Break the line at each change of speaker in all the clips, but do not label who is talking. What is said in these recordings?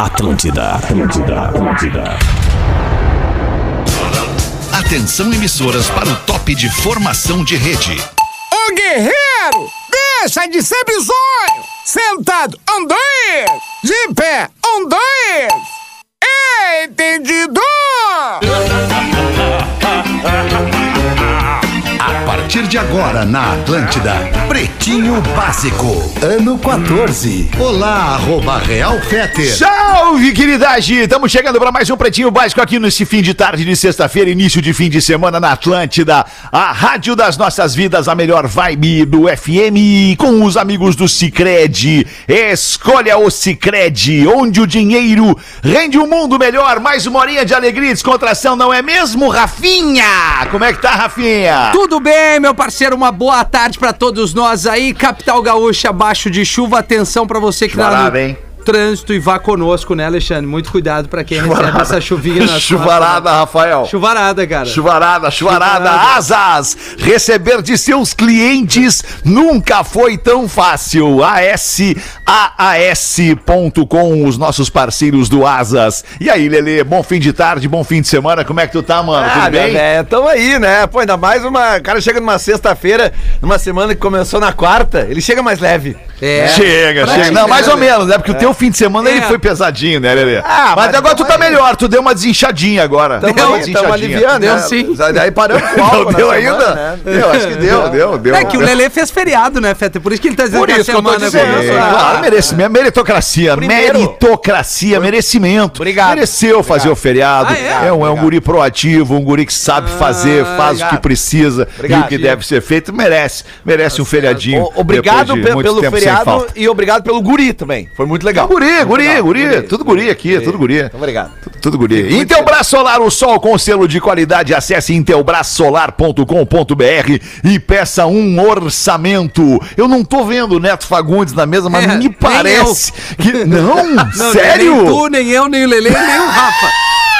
Atlântida, Atlântida, Atlântida.
Atenção emissoras para o top de formação de rede.
Ô guerreiro, deixa de ser bizonho! Sentado, um, dois! De pé, um, dois! Entendido!
A partir de agora na Atlântida, Pretinho Básico, ano 14. Olá, arroba Real Feter.
Salve, queridagem! Estamos chegando para mais um Pretinho Básico aqui nesse fim de tarde de sexta-feira, início de fim de semana na Atlântida, a rádio das nossas vidas, a melhor vibe do FM, com os amigos do Cicred. Escolha o Cicred, onde o dinheiro rende um mundo melhor, mais uma horinha de alegria e descontração, não é mesmo, Rafinha? Como é que tá, Rafinha?
Tudo bem, meu parceiro? Uma boa tarde pra todos nós aí. Capital Gaúcha, abaixo de chuva. Atenção pra você que tá
Chuvarada,
no
hein?
trânsito e vá conosco, né, Alexandre? Muito cuidado pra quem recebe essa chuvinha na
Chuvarada, Rafael.
Chuvarada, cara.
Chuvarada, chuvarada,
Chuvarada.
asas! Receber de seus clientes nunca foi tão fácil. ASAAS.com, os nossos parceiros do Asas. E aí, Lelê, bom fim de tarde, bom fim de semana. Como é que tu tá, mano?
Ah,
Tudo
minha
bem?
véia, tamo aí, né? Pô, ainda mais uma. O cara chega numa sexta-feira, numa semana que começou na quarta, ele chega mais leve.
É.
Chega,
Pra
chega.
tá,
ti,
Não,
né,
mais ou
Lelê?
menos, né? Porque o teu fim de semana ele
É.
foi pesadinho, né, Lelê?
Ah,
mas,
mas
agora tu
tamo
tá
aí.
melhor, tu deu uma desinchadinha agora.
Tamo,
Deu uma
aí, tamo aliviando,
Deu
né?
sim.
Aí paramos com
Não
o álcool na
deu
semana,
ainda?
né?
Eu acho que deu, deu, deu.
É que o Lelê fez feriado, né, Feta? Por isso que ele tá dizendo
Por
que a
isso que eu tô
semana é
dizendo,
bonita.
É,
Ah,
claro,
ah,
merecimento, meritocracia,
Primeiro.
meritocracia, merecimento.
Obrigado.
Mereceu fazer o feriado.
Ah, é?
um, um
Obrigado. Ah,
guri proativo, um guri que sabe fazer, faz o que
obrigado.
precisa e
Obrigado. Tá
o que deve ser feito. Merece, merece um feriadinho.
O- Obrigado
depois de
pe-
muito
pelo
tempo sem
feriado
falta.
e obrigado pelo guri também. Foi muito legal.
Guri, guri,
Obrigado,
guri, tudo guri aqui, tudo guri.
Obrigado.
Tudo guri. Intelbras Solar, o sol com selo de qualidade. Acesse intelbrasolar.com.br e peça um orçamento. Eu não tô vendo o Neto Fagundes na mesa, mas
É,
me
nem
parece que... Não,
Não, Nem
sério?
tu, nem eu, nem o Lelê, nem o Rafa.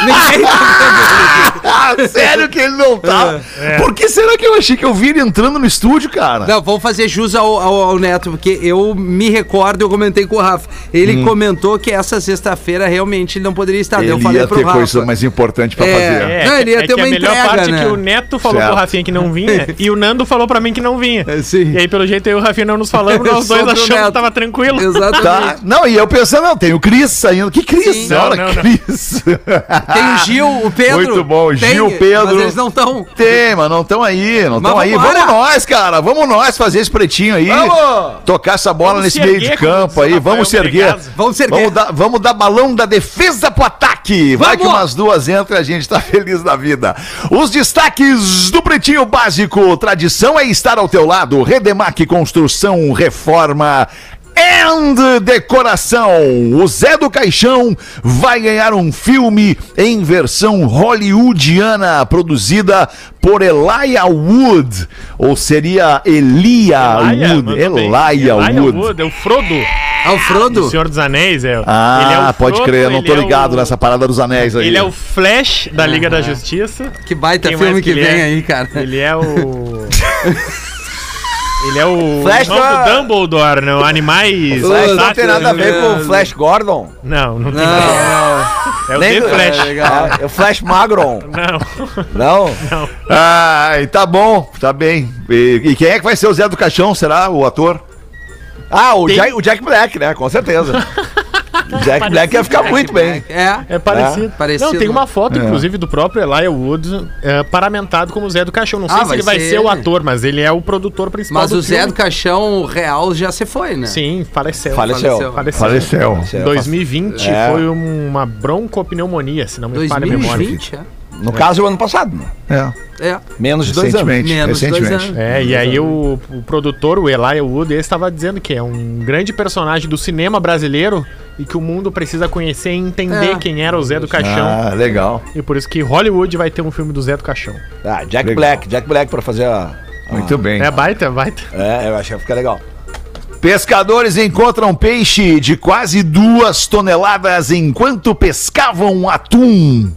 Ninguém tá vendo.
Ah, sério que ele não tá? Por que será que eu achei que eu vi ele entrando no estúdio, cara?
Não, vamos fazer jus ao, ao- ao Neto, porque eu me recordo, eu comentei com o Rafa. Ele comentou que essa sexta-feira realmente ele não poderia estar. Daí eu
Ele
falei
ia
pro
ter
Rafa.
coisa mais importante pra
É.
fazer.
Não, ele ia ter uma
a melhor
entrega,
parte
né?
é que o Neto falou
Certo.
pro Rafinha que não vinha e o Nando falou pra mim que não vinha.
É, sim.
E aí, pelo jeito, eu e o Rafinha não nos falamos, nós dois
Sobre o
achamos
Neto.
que tava tranquilo.
Exatamente.
Tá. Não, e eu pensando, não, tem o Cris saindo. Que Cris?
Sim.
Olha,
Não, não, não.
Cris.
Tem o Gil, o Pedro.
Muito bom,
tem,
Gil, Pedro.
Mas eles não estão.
Tem, mas não estão aí, não
Mas
estão aí.
vambora.
Vamos nós, cara. Vamos nós fazer esse pretinho aí.
Vamos!
Tocar essa bola
Vamos
nesse
se
meio
erguer,
de
como
campo
diz
aí.
Rafael
Vamos se erguer.
Menegaso.
Vamos ser
Vamos dar, vamos dar balão da defesa pro ataque. Vai
Vamos!
que umas duas entram e a gente tá feliz da vida. Os destaques do Pretinho Básico. Tradição é estar ao teu lado. Redemac Construção Reforma. And decoração. O Zé do Caixão vai ganhar um filme em versão hollywoodiana, produzida por Elia Wood. Ou seria Elia
mandou
Ah, Wood?
bem.
Elia
Elijah
Wood.
Wood, é o Frodo, o
Alfrodo?
Senhor dos Anéis. É,
Ah,
Ele é o
pode
Frodo,
crer, eu não
ele
tô
é
ligado
o-
nessa parada dos anéis aí.
Ele é o Flash da Liga da Justiça.
Que baita
Quem mais
filme que
ele
vem
é?
aí, cara.
Ele é o... Ele é o
Flash
irmão
da-
do Dumbledore, não?
Flash
Animais.
não
fantásticos.
tem nada a ver
né?
com é o Flash Gordon.
Não, não tem
Não,
nada.
não.
É o The
do-
Flash.
É, legal. É o Flash Magron.
Não.
Não?
Ai, tá bom, tá bem. E, e quem é que vai ser o Zé do Caixão? Será o ator?
Ah, o,
Tem-
Jack, o Jack Black, né? Com certeza. O Jack Black ia ficar muito bem.
É.
É parecido.
parecido,
Não, tem
né?
uma foto, inclusive, do próprio Elijah Wood é, paramentado como Zé do Caixão. Não sei
Ah,
se
vai
ele vai
ser
ser, o
ele.
ator, mas ele é o produtor principal
Mas o Zé
filme.
do Caixão Real já se foi, né?
Sim, faleceu.
Faleceu.
Faleceu.
Faleceu.
Em 2020
É.
foi uma broncopneumonia, se não me falha a memória.
2020, é.
No caso, o ano passado, né?
É,
É.
Menos de dois anos.
recentemente.
Menos dois
recentemente.
anos.
É, e aí o, o produtor, o Elijah Wood, ele estava dizendo que é um grande personagem do cinema brasileiro e que o mundo precisa conhecer e entender
É.
quem era o Zé do Caixão.
Ah, legal.
E por isso que Hollywood vai ter um filme do Zé do Caixão.
Ah, Jack
Legal.
Black, Jack Black pra fazer a.
Muito bem.
É baita, baita.
É, eu acho que fica legal.
Pescadores encontram peixe de quase duas toneladas enquanto pescavam atum.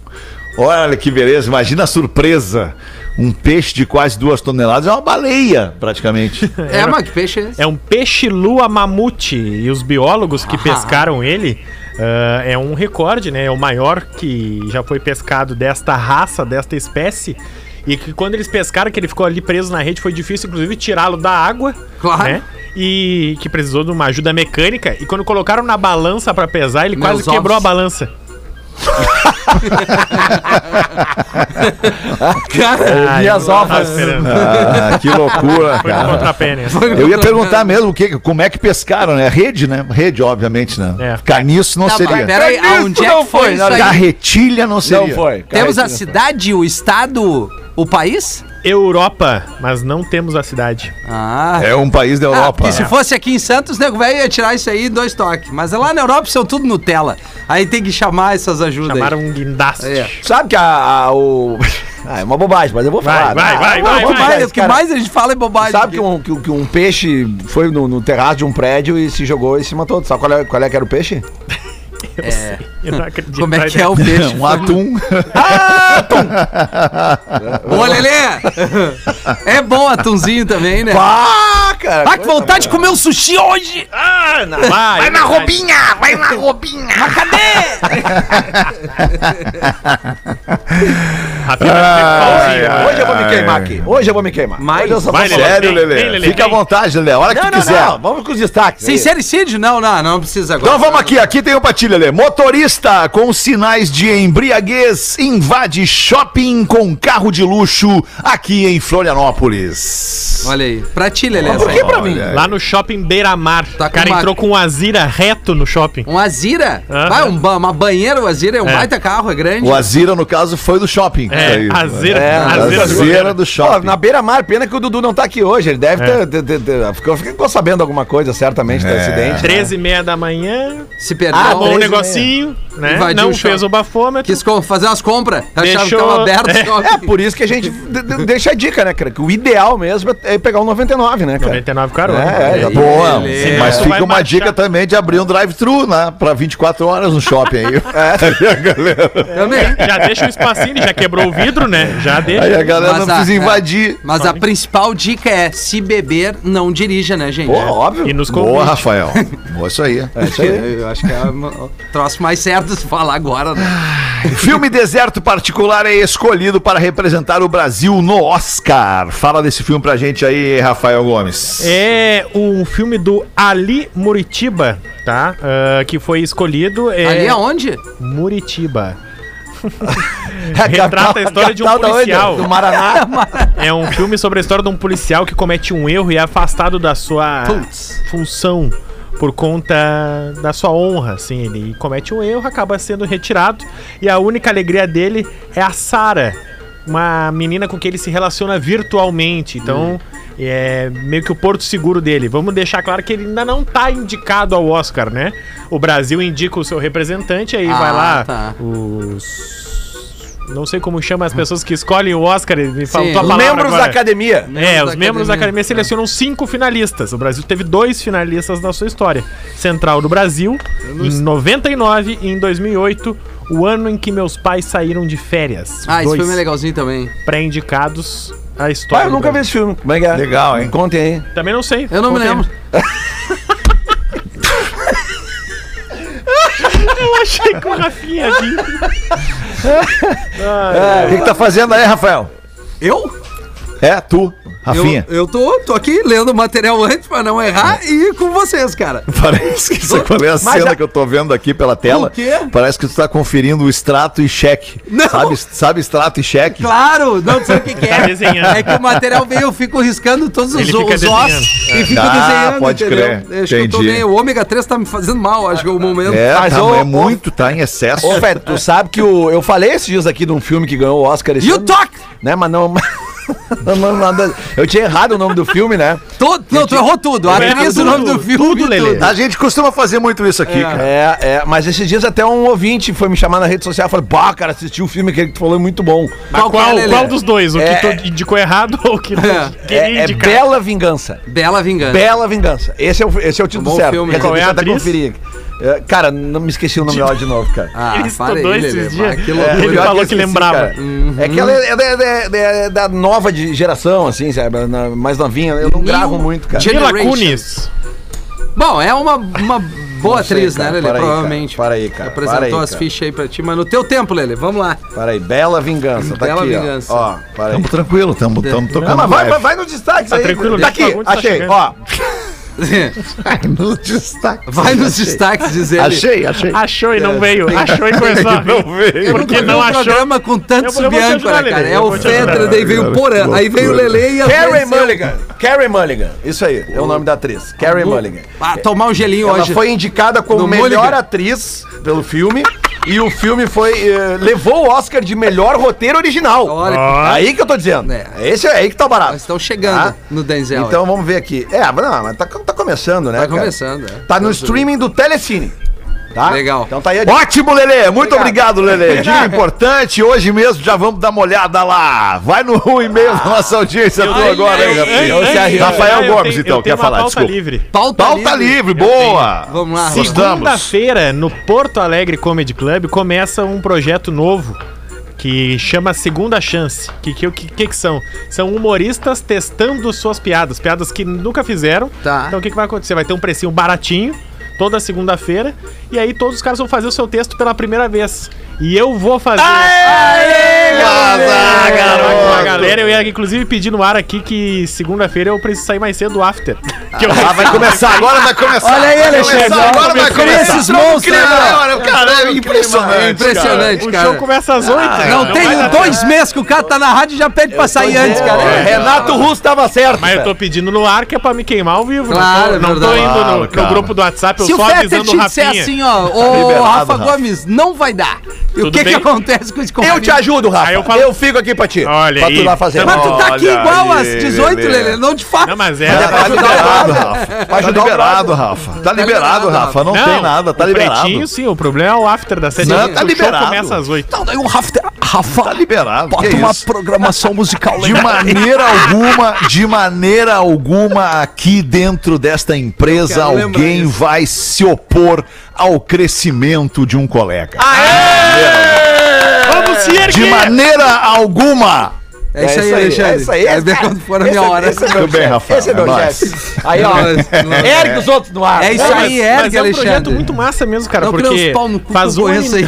Olha que beleza, imagina a surpresa. Um peixe de quase duas toneladas é uma baleia, praticamente.
É, mas que peixe é esse?
É um peixe lua mamute e os biólogos
Ah.
que pescaram ele ah, é um recorde, né? É o maior que já foi pescado desta raça, desta espécie. E que quando eles pescaram, que ele ficou ali preso na rede, foi difícil, inclusive, tirá-lo da água.
Claro.
Né? E que precisou de uma ajuda mecânica. E quando colocaram na balança pra pesar, ele
Meus
quase quebrou a
ovos.
balança.
Cara,
Ah,
as
eu não tava
ovas.
esperando.
Ah, que loucura,
Foi no
cara.
contrapé, né?
Eu ia perguntar mesmo o que, como é que pescaram, né? Rede, né? Rede, obvermente, né?
É.
Caniço não
Tá, mas
seria.
peraí,
Isso
aonde é
não
que foi
foi,
isso
não,
aí?
Carretilha não seria.
Não foi.
Temos a
Carretilha.
cidade, o estado, o país?
Europa, mas não temos a cidade.
Ah.
É um país da
Ah,
Europa.
porque se fosse aqui em Santos, nego velho ia tirar isso aí em dois toques. Mas lá na Europa são tudo Nutella. Aí tem que chamar essas ajudas.
Chamaram
aí.
um guindaste.
É.
Sabe que a, a- o... Ah, é uma bobagem, mas eu vou
Vai,
falar.
vai,
Ah,
vai,
uma
um vai, vai.
bobagem,
Mas o que
cara.
mais a gente fala é bobagem.
Sabe que um, que, que um peixe foi no, no terraço de um prédio e se jogou e se matou. Sabe qual é, qual é que era o peixe?
Eu, sei, eu não acredito.
Como é
Vai
que é o peixe?
Um
Ah,
atum.
Ô, Lelê! É bom atunzinho também, né?
Ah, cara!
Ah, que vontade de comer um sushi hoje!
Vai, vai Ah, na roubinha. tá
Hoje eu vou me queimar aqui. Hoje eu vou me queimar.
Mas-
Hoje eu só
Vai,
vou
Lelê.
falar.
Sério,
Vem, vem,
Lelê.
Lelê,
Fica à
vem.
vontade, Lelê. A hora que tu
Não, não,
quiser.
não. Vamos com os destaques. aí.
Sincericídio? Não, não, não precisa agora.
Então vamos aqui, aqui tem o patilha, Lelê. Motorista com sinais de embriaguez invade shopping com carro de luxo aqui em Florianópolis.
Olha aí. Pra ti, Lelê.
Por
essa
que
aí.
pra mim?
Lá no shopping Beira Mar.
Tá
o cara
com uma-
entrou com um Azira reto no shopping.
Um Azira?
Aham.
Vai, um ba- uma banheira, o Azira é um
É.
baita carro, é grande.
O Azira, no caso, foi do shopping.
É,
Isso aí.
Azira.
É,
Azira,
Azira do
Ó,
shopping.
na beira-mar, pena que o Dudu não tá aqui hoje. Ele deve ter, ter, ter, ter- Ficou, ficou sabendo alguma coisa, certamente, do
É.
acidente. né?
13 e meia da manhã.
Se
Ah,
perdeu,
Tomou um
três e
negocinho, né?
Invadiu
Não
o
fez
shopping.
o bafômetro.
quis co- fazer umas compras. Achava que
Deixou-
tava aberto.
É.
só-
É, por isso que a gente de- de- deixa a dica, né, cara? Que o ideal mesmo é é pegar um 99, né, cara?
99 carona.
É, é, já
E-
tô-
Boa,
Beleza.
mas
Tu vai
fica uma
baixar.
dica também de abrir um drive-thru, né? Pra 24 horas no shopping aí.
É.
Aí a galera,
Também.
Já deixa o espacinho, ele já quebrou o vidro, né? Já
aí
deixa.
a galera
Mas
não
a-
precisa
é.
invadir.
Mas a principal dica é: se beber, não dirija, né, gente?
Pô, óbvio.
É. E nos
Boa,
convite.
Rafael. Boa, isso aí.
Eu acho que é o troço mais certo de se falar agora, né?
Filme Deserto Particular é escolhido para representar o Brasil no Oscar. Fala desse filme pra gente aí, Rafael Gomes.
É um filme do Ali Muritiba, tá? Ah, que foi escolhido. É...
Ali aonde?
Muritiba.
É a
Retrata a história de um
capital da onde?
policial.
Do Maraná.
É um filme sobre a história de um policial que comete um erro e é afastado da sua
Putz.
função por conta da sua honra, assim, ele comete um erro, acaba sendo retirado e a única alegria dele é a Sara, uma menina com quem ele se relaciona virtualmente.
Hum.
Então, é meio que o porto seguro dele. Vamos deixar claro que ele ainda não tá indicado ao Oscar, né? O Brasil indica o seu representante aí
Ah,
vai lá
tá.
os não sei como chama as pessoas que escolhem o Oscar, me fala
Sim.
tua
Os
palavra
Membros
agora.
da academia.
É,
Membros
os
da
membros da
academia.
academia selecionam cinco finalistas. O Brasil teve dois finalistas na sua história. Central do Brasil, em 99 e em 2008, o ano em que meus pais saíram de férias.
Ah, esse
dois
filme é legalzinho também.
pré-indicados à história.
Ah,
Pai, eu
do
nunca vi
Brasil.
esse filme. Como é que é?
Legal, hein?
Contem aí.
Também não sei.
Eu não me
Contei.
lembro.
Eu achei que o Rafinha vinha. É.
O que, que tá fazendo aí, Rafael?
Eu?
É, tu,
Eu,
Rafinha.
eu tô, tô aqui lendo o material antes pra não errar e com vocês, cara.
Parece que isso qual é a cena que eu tô vendo aqui pela tela.
O quê?
Parece que tu tá conferindo o extrato e cheque.
Não.
Sabe, sabe extrato e cheque?
Claro, não sei o que, que
Tá
é.
desenhando.
É que o material vem, eu fico riscando todos os,
Ele fica É.
os ossos e fico
Ah,
desenhando.
pode
entendeu?
crer.
Acho que eu tô
Entendi.
meio- O ômega 3 tá me fazendo mal, acho que é o momento.
É,
Mas
tá,
ô-
é muito, tá em excesso.
Ô, Fé, tu sabe que o, eu falei esses dias aqui de um filme que ganhou o Oscar esse
E o
ano,
Toque?
Né, mas não... não, não, nada- eu tinha errado o nome do filme, né?
Todo, não, tu errou tudo. A
Eu erro
atriz, o nome
tudo,
do filme.
tudo,
tudo.
Lelê.
A gente costuma fazer muito isso aqui, cara.
É, é, mas esses dias até um ouvinte foi me chamar na rede social e falou, bah, cara, assisti o filme aquele que tu falou, é muito bom.
Mas
Qual que é,
qual,
Lelê?
qual dos dois? O
É-
que tu indicou errado ou o que tu
É.
queria
É, é
indicar?
Bela Vingança.
Bela Vingança.
Bela Vingança. Esse é o, esse é o título
Bom
certo.
filme.
Quer dizer,
Qual é a
deixa eu até
atriz?
conferir. É, Cara, não me esqueci o nome dela de novo, cara.
Ah,
ele estudou
aí,
esses
Lelê,
dias.
vai, que
É,
loucura.
ele
pior
falou
eu
que
esqueci,
lembrava.
cara. É que ela é, é da- é da- é da nova de geração, assim, sabe? Na- mais novinha. Eu não
New
gravo muito, cara.
Gen-
Mila
Generation.
Kunis.
Bom, é uma, uma boa
Não sei,
atriz,
cara,
né, Lelê?
para aí, cara,
Provavelmente.
para aí, cara,
Apresentou
para aí,
as
cara.
fichas aí pra ti, mas no teu tempo, Lelê, vamos lá.
Peraí, Bela Vingança. Tá
Bela
aqui, ó.
Vingança.
Ó, para aí.
Tamo tranquilo, tamo, tamo tocando.
Não, mas
live.
vai, vai, vai no destaque,
Tá tranquilo,
Tá
deixa o
aqui,
bagulho, tá
achei.
chegando.
ó,
No destaque.
Vai nos destaques dizer.
Achei, achei.
Achou e É, não veio. Achou e começou a vir. Porque não achou.
programa com tanto
Eu vou- eu vou te ajudar,
subiâncora, cara.
Lelê,
É
eu
o
vou te ajudar.
Fedra, daí veio o Porã, aí veio o Lelê e a
Carrie Mulligan. Carrie Mulligan. Isso aí, é o nome da atriz. Carrie Mulligan.
Ah, tomar um gelinho
Ela
hoje.
foi indicada como
No
melhor
Mulligan.
atriz pelo filme. E o filme foi. eh, levou o Oscar de melhor roteiro original. É
Olha,
Aí que eu tô dizendo.
É.
É. Esse é aí que tá barato.
nós estão chegando
Tá?
no Denzel.
Então vamos ver aqui. É, mas não, mas tá, tá começando, né?
Tá
cara?
começando, é.
Tá no streaming do Telecine. Tá?
Legal.
Então tá aí a dica.
Ótimo, Lelê. Muito
Obrigado.
obrigado, Lelê. Dia importante. Hoje mesmo já vamos dar uma olhada lá. Vai no e-mail da nossa audiência toda agora, hein,
Eu- eu-
Você
eu-
Rafinha?
arrisca.
Rafael
eu tenho-
Gomes,
eu
então,
tenho
quer
uma
falar,
pauta
desculta.
livre.
pauta,
Pauta livre, boa.
Ah, Vamos lá,
Sim.
Rodolfo.
Gostamos.
Segunda-feira, no Porto Alegre Comedy Club, começa um projeto novo que chama Segunda Chance. Que que, que, que que são? São humoristas testando suas piadas, piadas que nunca fizeram.
Tá.
Então o que, que vai acontecer? Vai ter um precinho baratinho toda segunda-feira e aí todos os caras vão fazer o seu texto pela primeira vez. E eu vou fazer. É,
Vaza,
Caraca, a
garoto.
galera, eu ia inclusive pedir no ar aqui que segunda-feira eu preciso sair mais cedo do after. Que eu
Ah, vai começar agora, vai começar.
Olha aí,
Vai
Alexandre,
começar Agora vai
Olha
começar.
esses monstros, né?
Olha, Caralho,
É
impressionante.
impressionante,
O
cara. Ah,
show começa às né? 8.
Não, tem dois meses que o cara tá na rádio e já pede pra sair antes, cara.
É, Renato Russo tava certo.
Mas eu
cara.
tô pedindo no ar que é pra me queimar ao vivo.
Claro, é
não tô, não tô
verdade.
indo no- no,
Claro, cara.
grupo do WhatsApp, eu
Se o
só
Fetter
avisando
te
o
disser
Rafinha.
assim, ó, ô
liberado,
Rafa
Rafa.
Gomes, não vai dar. E o
Tudo
que que
bem?
acontece com esse
Eu
convite?
te ajudo, Rafa.
Aí eu
eu,
falo-
fico aqui pra ti.
Olha
pra tu
aí.
lá fazer.
Mas tu tá aqui
Olha
igual às
aí,
18,
Lelê.
Lelê, não te faço.
Não, mas é.
Tá
Pra ajudar o
liberado,
brother.
Rafa.
Pra
Tá
ajudar o
liberado, Rafa. Tá liberado,
liberado,
Rafa. Não
Não,
tem nada, tá
o
liberado.
Pretinho, sim, o problema é o after da sete.
Não,
horas,
tá
o
liberado.
show começa às 8.
Não, daí o Rafa, Rafa,
Tá liberado.
bota
que
uma
isso?
programação musical
De
legal.
maneira alguma, de maneira alguma, aqui dentro desta empresa,
Eu quero lembrar
alguém
isso.
vai se opor ao crescimento de um colega.
Vamos se erguer!
De maneira alguma!
É isso aí,
É
Alexandre.
isso aí.
Vai
esse
ver
cara.
quando for a
Esse
minha
é-
hora.
Esse é meu
Tudo bem,
chefe.
Rafael,
Esse é meu
é nóis.
chefe. Aí,
É
ó. Ergue os outros no ar.
É isso
Não,
aí,
mas- mas
ergue,
é um
Alexandre.
projeto muito massa mesmo, cara,
Não, porque
porque
os pau no cu que
faz
eu
um, ano,
conheço aí.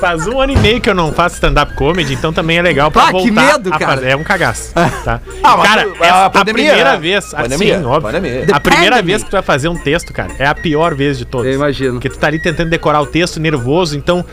faz um ano e meio que eu não faço stand-up comedy, então também é legal pra
Ah, que
voltar
medo,
a
cara.
fazer. É um cagaço, tá?
Ah, mas
cara,
tu-
essa-
a
a,
pandemia,
primeira
né?
vez,
Pandemia,
assim, óbvio.
pandemia. né?
A primeira
Pandemia.
vez que tu vai fazer um texto, cara, é a pior vez de todas.
Eu imagino.
Porque tu tá ali tentando decorar o texto, nervoso, então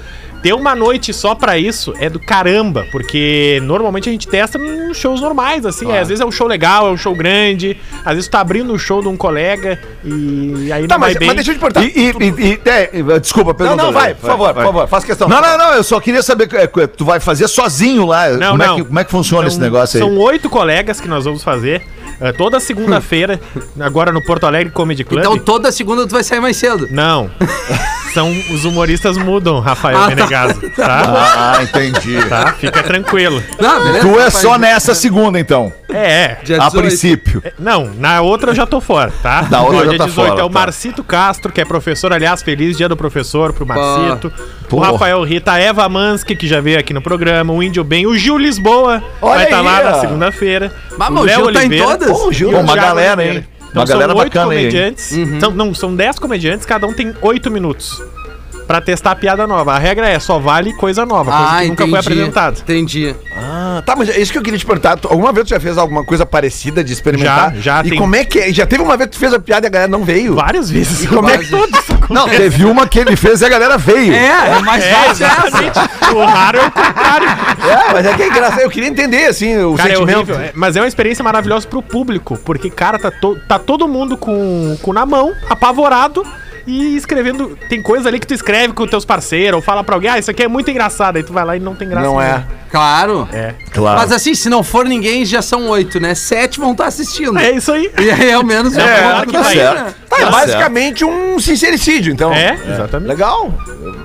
ter uma noite só pra isso é do caramba, porque normalmente a gente testa nos shows normais, assim, é, às vezes é um show legal, é um show grande, às vezes tu tá abrindo o show de um colega e aí
Tá,
não vai
mas,
bem.
mas deixa eu te perguntar.
E, e- e- e- é, e- desculpa,
Não,
pergunta.
não, vai, por favor, por favor. Faz questão.
Não, não, não, eu só queria saber, é, é, tu vai fazer sozinho lá,
Não,
como,
não.
É que, como é que funciona esse
São-
negócio aí?
São oito colegas que nós vamos fazer eh, toda segunda-feira, agora no Porto Alegre Comedy Club.
Então toda segunda tu vai sair mais cedo.
Não. São os humoristas mudam, Rafael
Ah, tá.
Menegaso, tá?
Ah, entendi.
Tá? Fica tranquilo.
Não, beleza?
Tu é
Rapaz,
só nessa segunda, então,
É, é.
dia
a
18.
princípio.
Não, na outra eu já tô fora, tá?
Da outra
Hoje
já tá fora,
é
tá.
o Marcito Castro, que é professor, aliás, feliz dia do professor pro Marcito. o
Pô.
Rafael Rita, a Eva Mansky, que já veio aqui no programa, o Índio Bem, o Gil Lisboa, vai
Olha
estar lá
aí,
na
ó.
segunda-feira.
Mas, mas o
Léo
Gil tá em
Oliveira.
todas?
Ô, Gil,
E
Pô, é
o
uma
Thiago
galera,
Oliveira. Então
hein? Uma
são
galera
oito
bacana aí, hein?
comediantes.
Uhum.
São, não, são dez comediantes, cada um tem oito minutos pra testar a piada nova. A regra é, só vale coisa nova, coisa
Ah,
que
entendi.
nunca foi apresentada.
Entendi.
Ah, tá, mas é isso que eu queria te perguntar. Tu- alguma vez tu já fez alguma coisa parecida de experimentar?
Já, já,
E
tem-
como é que é? Já teve uma vez que tu fez a piada e a galera não veio?
Várias vezes.
Como é que
Não, teve uma que ele fez e a galera veio.
É, é mais
É,
fácil essa.
exatamente. o raro é o contrário.
É, mas é que é engraçado. Eu queria entender, assim, o
Cara, é
sentimento.
horrível. é- Mas é uma experiência maravilhosa pro público, porque, cara, tá, to- tá todo mundo com, com na mão, apavorado. E escrevendo, tem coisa ali que tu escreve com teus parceiros, ou fala pra alguém, ah, isso aqui é muito engraçado, aí tu vai lá e não tem graça.
Não é.
nenhuma.
Claro.
É.
Claro.
Mas assim, se não for ninguém, já são oito, né? Sete vão estar assistindo.
É isso aí.
E aí, ao menos,
É,
uma
claro
conta
que
pra
vai.
ir,
Certo.
né?
Tá, é
Tá
basicamente um sincericídio, então.
É, exatamente.
Legal.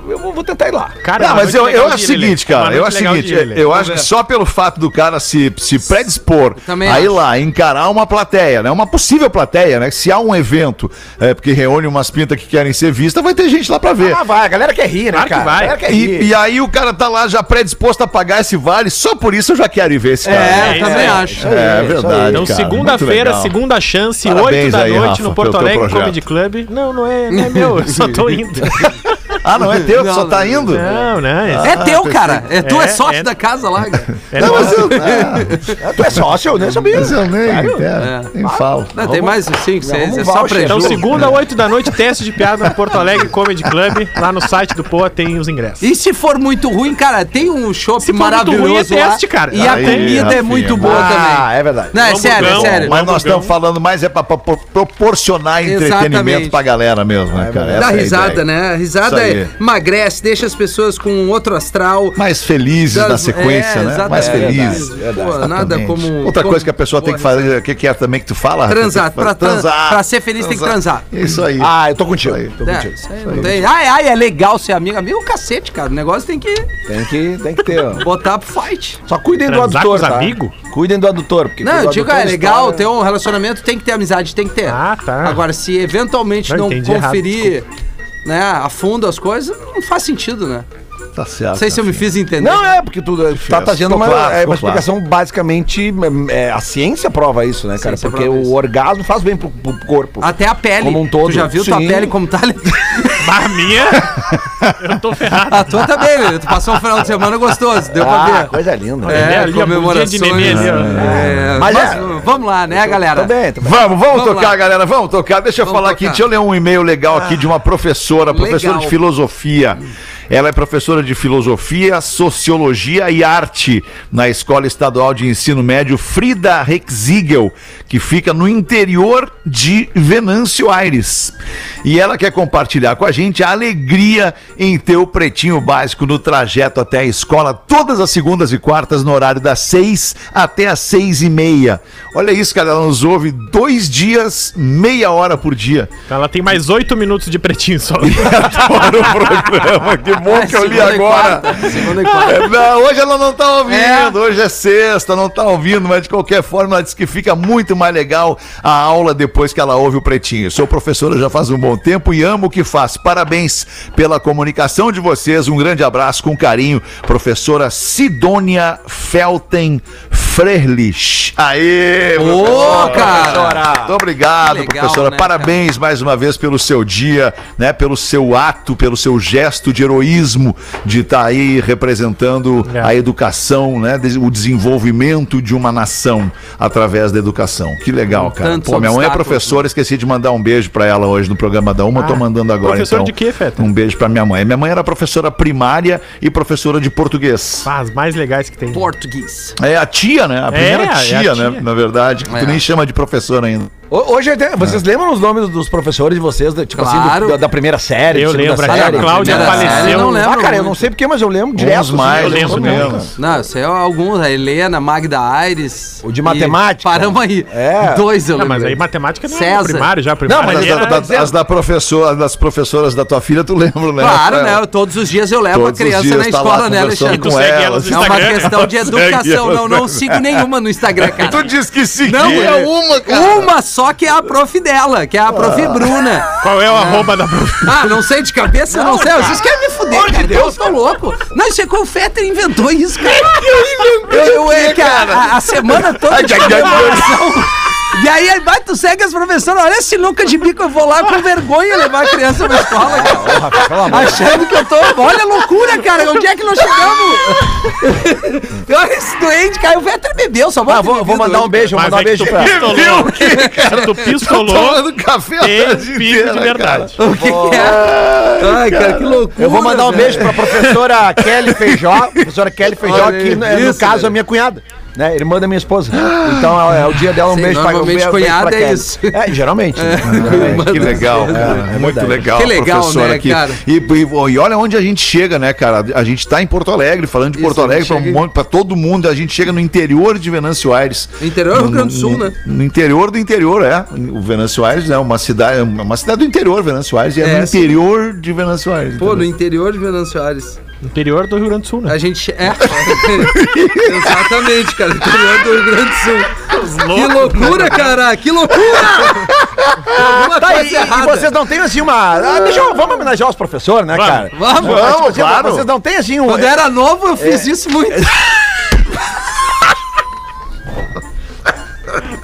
Eu, eu vou tentar ir lá.
Cara,
Não,
uma
mas
noite
eu,
legal
eu
de
acho o
Lelê.
seguinte,
Uma
cara. Eu
noite
acho o
É legal de
seguinte.
Lelê.
Eu acho que só pelo fato do cara se, se predispor
também
a ir
acho.
lá, encarar uma plateia, né? Uma possível plateia, né? Se há um evento é, porque reúne umas pintas que querem ser vistas, vai ter gente lá pra ver.
Ah, vai, a galera quer rir, né,
Claro que
cara?
vai.
A galera quer rir.
E, e aí o cara tá lá já predisposto a pagar esse vale, só por isso eu já quero ir ver esse cara.
É,
É,
eu também
é.
É
acho.
isso aí.
verdade.
Então,
cara, muito
segunda-feira,
legal.
segunda chance,
Parabéns
8 da
aí,
noite
Rafa, pelo
no Porto
teu
Alegre
projeto.
Comedy Club. Não, não é, não é meu, eu só tô indo.
Ah, não é teu, tu só
Não,
tá indo?
Não, não.
É teu, cara. É tu, é,
É,
sócio
é.
da casa lá. cara.
É,
Ah. Não, mas
nosso.
eu. Ah,
Tu é sócio, né, sabia?
mas eu nem. É, nem falo.
Não, tem mais cinco, seis.
vamos
É só
voucher.
prejuízo.
Então, segunda, 8 da noite, teste de piada no Porto Alegre Comedy Club. Lá no site do Poa tem os ingressos.
E se for muito ruim, cara, tem um shopping
Se for muito
maravilhoso
ruim, é
lá,
teste, cara.
E a
Aí,
comida é
Rafinha,
muito
mas-
boa
Ah,
também.
é verdade.
Não, é
Vamos,
sério, é
vamos.
Mas
sério.
nós
Hamburgão.
estamos falando mais é para proporcionar entretenimento
Exatamente.
pra galera mesmo, né, cara?
Dá
Essa é a
risada,
ideia.
né? A risada
Isso aí.
é emagrece, deixa as pessoas com outro astral.
Mais felizes na
Das-
sequência, né?
é, exatamente.
Mais
É
felizes.
verdade, verdade. Pô, nada
Exatamente.
como-
Outra
como-
coisa que a pessoa tem que
boa
fazer, o que, que é também que tu fala? Rafa?
Transar.
Tem que fazer-
Pra- pra ser feliz tem que transar.
Isso aí.
Ah, eu tô contigo.
Isso aí.
Tô
É,
contigo.
isso aí, não tem- Ai, ai, é legal ser amigo. Amigo, é o cacete, cara. O negócio tem que
Tem que, tem que ter, ó.
botar pro fight.
Só cuidem do
Transar
adutor,
com os
tá?
amigo?
Cuidem do né? adutor, porque
Não,
quando
eu
o
digo,
adutor
é legal
estoura-
ter um relacionamento, tem que ter amizade, tem que ter.
Ah, tá.
Agora, se eventualmente
Não,
não,
entendi errado,
conferir né, a fundo as coisas, não faz sentido, né?
Tá certo.
Não sei se eu me fiz entender.
Não, é, porque tu tá trazendo
Ficou
uma,
claro,
é, uma
ficou claro.
explicação basicamente. é, a ciência prova isso, né, cara?
Ciência
Porque
prova Ah,
o
isso.
orgasmo faz bem pro, pro corpo.
Até a pele.
Como um todo.
Tu já viu tua
Sim.
pele como tá? ali?
Mas a minha, eu tô ferrado.
A tua também, né? Tu passou um final de semana gostoso, deu
Ah,
pra ver.
coisa linda.
É,
ali, ó,
comemorações.
bundinha de nenê ali, ó.
né?
É,
Mas
mas,
é.
vamos lá, né, galera?
Também, também.
Vamos, vamos,
Vamos
tocar,
lá.
galera. Vamos tocar. Deixa eu
Vamos
falar aqui.
tocar. Ah.
Deixa eu ler um e-mail legal aqui de uma professora, professora
legal.
de filosofia. Ela é professora de filosofia, sociologia e arte na Escola Estadual de Ensino Médio Frida Rexigel, que fica no interior de Venâncio Aires. E ela quer compartilhar com a gente a alegria em ter o pretinho básico no trajeto até a escola, todas as segundas e quartas, no horário das seis até às seis e meia. Olha isso, cara, ela nos ouve dois dias, meia hora por dia.
Então, Ela tem mais 8 minutos de pretinho só.
Adoro o programa, que bom que eu li
É, segunda e
agora.
quarta, segunda e quarta.
É, não, hoje ela não tá ouvindo,
É.
hoje é sexta, não tá ouvindo, mas de qualquer forma ela diz que fica muito mais legal a aula depois que ela ouve o pretinho. Sou professora já faz um bom tempo e amo o que faço. Parabéns pela comunicação de vocês. Um grande abraço com carinho, professora Sidônia Felten Frelich. Aê,
Ô, cara!
Muito obrigado,
Legal,
professora.
né,
Parabéns mais uma vez pelo seu dia, né? Pelo seu ato, pelo seu gesto de heroísmo de estar aí representando
É.
a educação, né? des- O desenvolvimento de uma nação através da educação. Que legal, cara.
tantos
Pô, minha mãe é
obstáculos,
professora, esqueci de mandar um beijo pra ela hoje no programa da Uma, tô
Ah,
mandando agora.
professora
então,
de quê, Feta?
Um beijo pra minha mãe. Minha mãe era professora primária e professora de português.
Ah, as mais legais que tem.
Português.
É a tia, né? A primeira
é a
tia, né?
tia.
Na verdade, que
É.
tu nem chama de professora ainda.
Ho- Hoje até, vocês
É.
lembram os nomes dos professores de vocês, da- tipo assim,
Claro.
do- da, da primeira série?
Eu
da segunda
lembro, a
série,
tia Cláudia
primeira
faleceu.
série, não
Ah,
lembro. Ah, cara, eu não
muito.
sei porque, mas eu lembro direto.
Uns
assim,
mais,
eu lembro
uns
o nome, cara.
menos.
Não, isso é alguns. A Helena, Magda Aires.
O de
e
matemática.
Paramos aí.
É.
Dois eu
Ah, mas
lembrei.
aí matemática não é
César.
primário já, primário.
Não, mas
As
ali é
da,
era-
da- as da professora, das professoras da tua filha, tu lembra, né?
Claro, né? Eu- Todos os dias eu levo
Todos
a criança
os dias
na
tá
escola,
lá
né,
conversando
Alexandre?
Tu segue
ela.
elas
É
no
uma
Instagram.
questão de educação. Não, não sigo nenhuma no Instagram, cara.
Tu disse que seguia.
Não, é
uma, Ah.
Uma só que é a prof dela, que é a prof Bruna.
Qual é o arroba da professora?
Ah, não sei de cabeça, não, sei. Vocês querem me fuder, cara. Deus, eu tô louco. Não, isso é que o Fetter inventou isso, cara. Eu, eu é que a, a- a semana toda de comemoração. E aí, aí vai, tu segue as professoras, olha esse louca de bico, eu vou lá com vergonha levar a criança pra escola,
Ah,
cara. Achando que eu tô. Olha a loucura, cara. Onde é que nós chegamos? Olha esse doente, cara. O Fetter bebeu, só
Ah,
bota
vou, vou mandar um beijo, vou
é
mandar um beijo pra.
pistolou. Se tu pistolou,
Tomando café a
tem
tarde
pico de
inteira, cara.
verdade.
O que, que é? Ai, cara, que loucura.
Eu vou mandar um
velho.
beijo pra professora Kelly Feijó, professora Kelly Feijó,
Olha
que
aí, né?
no, é, no
isso,
caso
velho.
é minha cunhada. né? Ele manda minha esposa. Então é, é o dia dela, um
Sim,
beijo pra
normalmente
um beijo pra
cunhada é
Kelly.
isso.
É, geralmente. né?
Manda um
Que
as
legal,
coisas.
cara. É muito legal,
Que legal,
professora
né,
aqui.
cara?
E, e- e olha onde a gente chega, né, cara? A gente tá em Porto Alegre, falando de
Isso,
Porto
a
Alegre
gente
pra, um
chega em-
monte- pra todo mundo. A gente chega no interior de Venâncio Aires.
No interior do Rio Grande do Sul,
No-
né?
No interior do interior, é. O Venâncio Aires é uma cidade, é uma cidade do interior, Venâncio Aires, e é,
É,
no
sim.
interior de Venâncio Aires.
Pô, no
entendeu?
interior de Venâncio Aires.
Interior do Rio Grande do Sul, né?
A gente. É. Exatamente, cara. Interior do Rio Grande do Sul. Que loucura, cara. Que loucura! Alguma
Tá, e,
coisa
e
errada.
vocês não têm assim uma. Ah, deixa eu, vamos homenagear os professores, né, cara?
Vamos.
Mas, tipo assim,
claro.
Vocês não têm assim um.
Quando é eu era novo, eu
É.
fiz isso muito.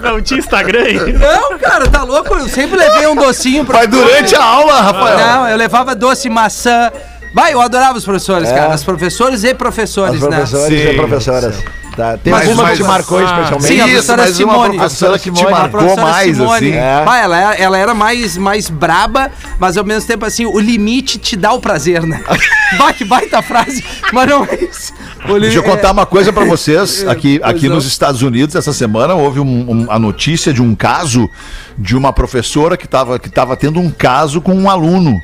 Não tinha Instagram ainda.
Não, cara, tá louco? Eu sempre levei um docinho pra.
Mas durante a aula, Rafael.
Não, eu levava doce, maçã. Vai, eu adorava os professores, cara. Os professores e
Os
professores, né?
É. professores
Sim.
e professoras. Tá, tem
Mas-
alguma
mas-
que te marcou
ah,
especialmente?
Sim, a professora
mas uma
Simone.
professora que te
Simone.
A
marcou
professora
mais,
Simone,
assim.
É.
pá, ela, era- ela era mais, mais braba, mas ao mesmo tempo assim, o limite te dá o prazer, né? Vai, que baita frase, mas não é isso. O li-
Deixa eu contar uma coisa pra vocês. Aqui,
é. pois
aqui
não.
nos Estados Unidos, essa semana, houve um- um- a notícia de um caso de uma professora que estava que tava tendo um caso com um aluno.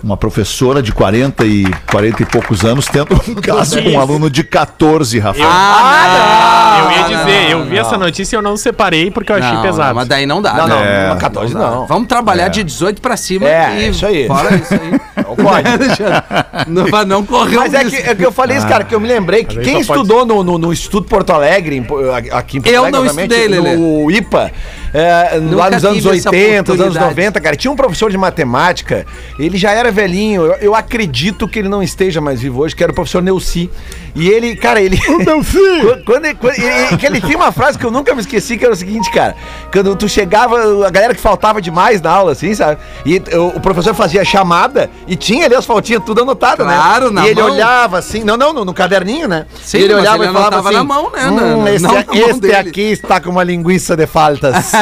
Uma professora de 40 e, 40 e poucos anos tendo um caso com um aluno de 14, Rafael.
Ah,
eu
não,
ia
não,
dizer,
não,
eu vi essa notícia e eu não separei porque eu
não,
achei
não,
pesado.
mas daí não dá.
Não, não,
né?
É.
não, 14 não.
Vamos trabalhar de 18 pra cima
É, isso aí.
Fora isso aí.
Não pode.
Né, Alexandre? não, vai- não correr o
Mas é que,
risco.
é que eu falei isso, cara, que eu me lembrei que
Ah. Mas aí
quem
só pode-
estudou no, no, no Instituto Porto Alegre, em Po- aqui em Porto
Eu
Alegre,
não
obviamente,
estudei, Lelê.
no IPA, é, lá
Nunca
nos anos
tive essa
80, nos anos
oportunidade.
90, cara, tinha um professor de matemática, ele já era velhinho, eu, eu acredito que ele não esteja mais vivo hoje, que era o professor Neuci. E ele, cara, ele. Quando- quando ele, quando- ele- que ele tem uma frase que eu nunca me esqueci, que era o seguinte, cara. Quando tu chegava, a galera que faltava demais na aula, assim, sabe? E t- o, o professor fazia chamada e tinha ali as faltinhas tudo anotado, né?
Claro, na
E ele
mão.
olhava assim, não, não, no, no caderninho, né?
Sim,
e ele
mas
olhava
ele
e falava
anotava
assim,
na mão, né? Na-
Hum,
na-
esse
não na mão
este
dele."
aqui está com uma linguiça de faltas.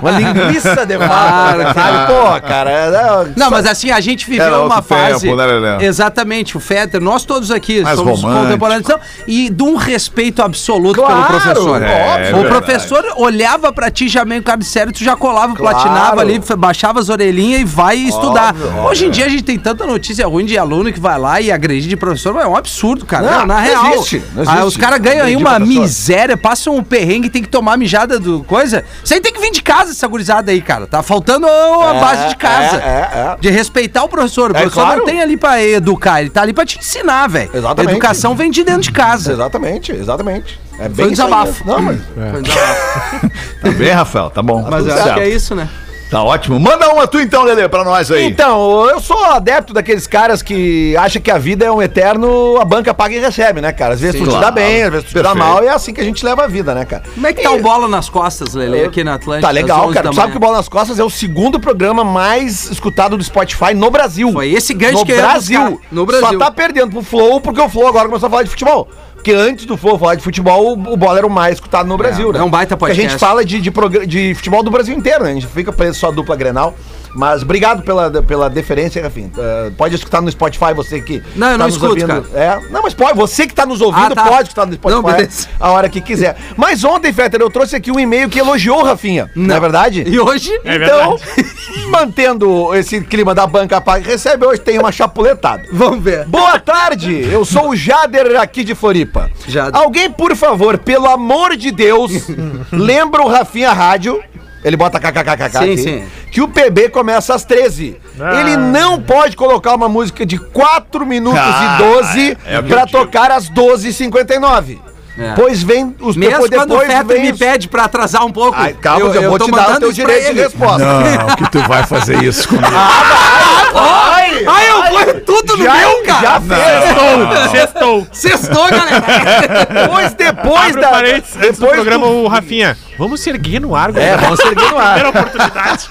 uma linguiça de
Claro,
faltas, sabe? Pô, cara... é-
Ah. Não, mas assim, a gente viveu
Era
uma
outro
fase.
tempo, né, Lelé?
Exatamente, o Fetter, nós todos aqui
Mais
somos
romântico.
contemporâneos. não, E de um respeito absoluto pelo
Claro,
professor. né?
é
o professor olhava pra ti já meio cara de sério, tu já colava,
Claro.
platinava ali, f- baixava as orelhinhas e vai estudar. Hoje em dia a gente tem tanta notícia ruim de aluno que vai lá e agride de professor, mas é um absurdo, cara.
Não,
Não, na
não
real.
existe, não
Ah,
existe.
os caras ganham aí
Agredir
uma
professor.
miséria, passam um perrengue, tem que tomar a mijada do coisa. Isso aí tem que vir de casa, essa gurizada aí, cara. Tá faltando a
É,
base de casa.
é, é, é.
De respeitar o professor. O
É
professor
claro.
não tem ali pra educar, ele tá ali pra te ensinar, velho.
Exatamente.
Educação vem de dentro de casa.
é. Exatamente, exatamente.
Foi
É
um
isso aí
desabafo. É.
mesmo. Não, mas...
Tá bem, Rafael? Tá bom.
Mas
tá,
eu
tudo
acho que é
certo.
isso, né?
tá ótimo. Manda uma tu então, Lelê, pra nós aí.
Então, eu sou adepto daqueles caras que acha que a vida é um eterno, a banca paga e recebe, né, cara? Às vezes
Sim,
tu te dá
claro.
bem, às vezes tu te dá
Perfeito.
mal, e é assim que a gente leva a vida, né, cara?
Como é que tá o bola nas costas, Lele, aqui na Atlântica?
Tá
às
legal,
11
cara.
da
Tu sabe
manhã?
que o Bola nas Costas é o segundo programa mais escutado do Spotify no Brasil.
Foi esse gancho
no
que eu ia
Brasil.
buscar. No Brasil.
Só tá perdendo pro Flow, porque o Flow agora começou a falar de futebol. Porque antes do Flow falar de futebol, o o Bola era o mais escutado no Brasil, né?
é um baita
Porque A gente
podcast.
fala de, de, progra- de futebol do Brasil inteiro, né? A gente fica preso só à dupla Grenal. Mas obrigado pela, pela deferência, Rafinha. Ah, pode escutar no Spotify, você que tá
Não, eu não
nos
escuto,
ouvindo.
cara.
É, não, mas pode, você que tá nos ouvindo
Ah, tá.
pode escutar no Spotify
Não, beleza.
a hora que quiser. Mas ontem, Fetter, eu trouxe aqui um e-mail que elogiou o Rafinha. Não é verdade?
E hoje?
então, mantendo esse clima da banca paga e recebe, hoje tem uma chapuletada.
Vamos ver.
Boa tarde, eu sou o Jader aqui de Floripa.
Jader.
Alguém, por favor, pelo amor de Deus, lembra o Rafinha Rádio. Ele bota kkkk
Sim,
aqui,
sim.
que o PB começa às 13.
Ah.
Ele não pode colocar uma música de 4 minutos
Ah,
e 12
é o que eu
pra
digo.
tocar às 12h59.
É.
Pois vem os
Mesmo quando o Fetter
vem
me
os-
pede pra atrasar um pouco,
Ai, calma, eu, vou
tô
te dar o
mandando
teu
isso pra
direito de
ele.
resposta.
Não, que tu vai fazer isso comigo.
Ai,
Ah, eu ponho tudo no
já,
meu,
já
cara.
fez.
Sextou.
Cestou, galera.
Pois depois
Abre
da.
o parênteses, antes do
depois
programa,
do-
o Rafinha. Vamos se erguer no ar,
É,
galera.
vamos seguir no ar.
Primeira oportunidade.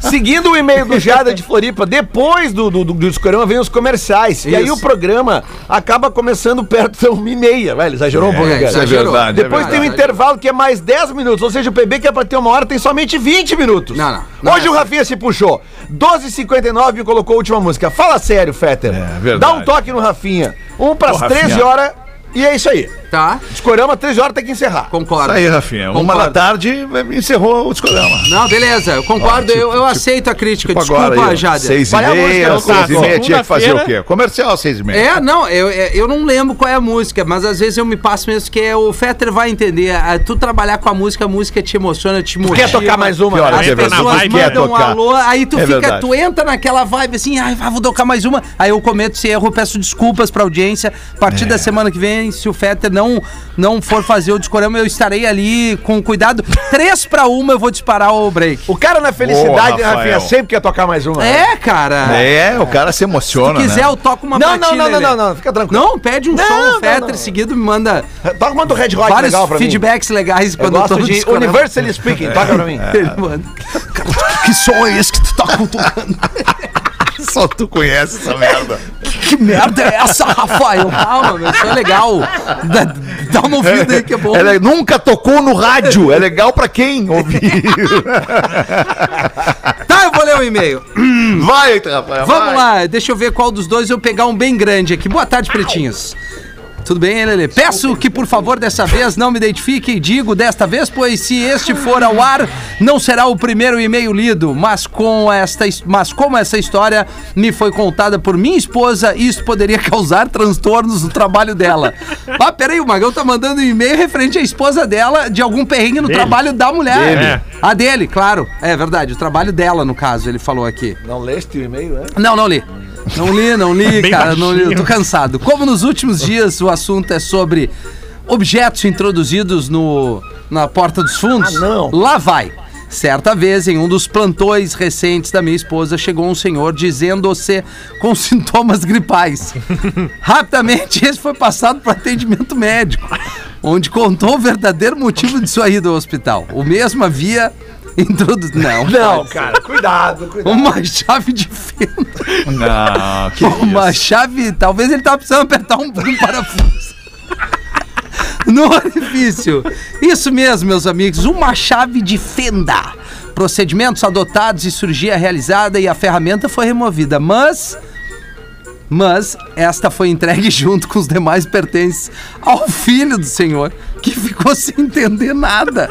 Seguindo o e-mail do Jada de Floripa, depois do, do, do, do discorama vem os comerciais. E aí
Isso.
o programa acaba começando perto da uma e meia, velho. Exagerou um pouco,
É,
cara.
exagerou.
verdade, é
Depois tem um
verdade.
intervalo que é mais 10 minutos, ou seja, o PB que é pra ter uma hora tem somente 20 minutos.
Não, não, não
Hoje
é
o Rafinha se puxou. 12h59 e colocou a última música. Fala sério, Fetter.
É, verdade.
Dá um toque no Rafinha. Um pras
Ô, Rafinha.
13 horas e é isso aí.
Tá,
Discorama, 13 horas tem que encerrar.
Isso
concordo.
aí, Rafinha. Uma
um- Concordo.
da tarde encerrou o discorama.
Não, beleza, eu concordo, eu, eu aceito a crítica.
Tipo
Desculpa,
agora aí, ó,
Jader.
Seis e
Vai a
meia,
música,
seis e
Otávio.
meia, tinha que fazer o
Segunda-feira.
quê? Comercial, seis e meia.
É, não, eu, eu eu não lembro qual é a música, mas às vezes eu me passo mesmo que é, o Fetter vai entender. Ah, Tu trabalhar com a música, a música te emociona, te motiva.
Quer tocar mais uma?
Que hora
As
que é
pessoas
verdade?
vibe,
Quer
mandam um
tocar?
alô, aí tu
É
fica,
verdade.
tu entra naquela vibe assim, ai, ah, vou tocar mais uma. Aí eu cometo esse erro, peço desculpas pra audiência. A partir
É.
da semana que vem, se o Fetter não, não for fazer o discorama, eu estarei ali com cuidado. Três pra uma eu vou disparar o break.
O cara na felicidade,
Rafael.
Rafinha, sempre quer tocar mais uma. né?
É, cara.
É, o cara se
Se
emociona,
quiser,
né?
eu toco uma
Não,
pra
não,
ti,
não, não,
Lelê.
não, não, fica tranquilo.
Não, pede um
Não,
som,
não,
Fetter,
não.
seguido me manda
Toca uma do Red Hot
vários
legal pra mim.
feedbacks legais
Eu
quando eu,
gosto
tô no
de
discorama.
Universally Speaking, toca pra mim.
Ele manda.
Que som é esse que tu toca Só tu conhece essa merda.
Que merda é essa, Rafael? Calma, meu, isso é legal. Dá, dá uma ouvida aí que é bom.
Ela nunca tocou no rádio. É legal pra quem ouvir.
Tá, eu vou ler o e-mail.
Vai, Rafael.
Vamos lá, deixa eu ver qual dos dois eu pegar um bem grande aqui. Boa tarde, pretinhos. Tudo bem, Lele? Peço que, por favor, dessa vez não me identifique e digo desta vez, pois se este for ao ar, não será o primeiro e-mail lido, mas com esta, his- mas como essa história me foi contada por minha esposa, isso poderia causar transtornos no trabalho dela. Ah, peraí, o Magão tá mandando um e-mail referente à esposa dela de algum perrengue no trabalho da mulher.
Dele.
A dele, claro. É verdade, o trabalho dela, no caso, ele falou aqui.
Não leste o e-mail, né?
Não, não li. Não li, não li,
Bem
cara. Não li. Eu Tô
baixinho.
cansado. Como nos últimos dias o assunto é sobre objetos introduzidos no, na porta dos fundos,
Ah, não.
lá vai. Certa vez, em um dos plantões recentes da minha esposa, chegou um senhor dizendo-se com sintomas gripais. Rapidamente, esse foi passado para atendimento médico, onde contou o verdadeiro motivo de sua ida ao hospital. O mesmo havia introduzido. Não,
Não, cara, cuidado, cuidado.
uma chave de fenda.
Não, Ah, que
Uma chave. Talvez ele tava precisando apertar um, um parafuso. No orifício. Isso mesmo, meus amigos. Uma chave de fenda. Procedimentos adotados e cirurgia realizada e a ferramenta foi removida. Mas. Mas esta foi entregue junto com os demais pertences ao filho do senhor, que ficou sem entender nada.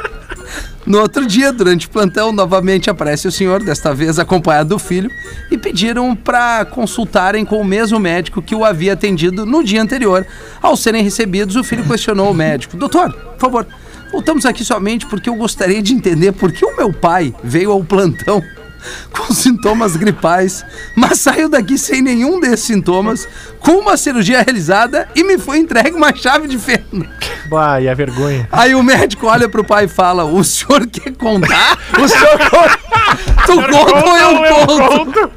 No outro dia, durante o plantão, novamente aparece o senhor, desta vez acompanhado do filho, e pediram para consultarem com o mesmo médico que o havia atendido no dia anterior. Ao serem recebidos, o filho questionou o médico: Doutor, por favor, voltamos aqui somente porque eu gostaria de entender por que o meu pai veio ao plantão com sintomas gripais, mas saiu daqui sem nenhum desses sintomas, com uma cirurgia realizada e me foi entregue uma chave de fenda.
Bah, e a vergonha.
Aí o médico olha pro pai e fala: O senhor quer contar? O senhor Tu conta ou eu conto?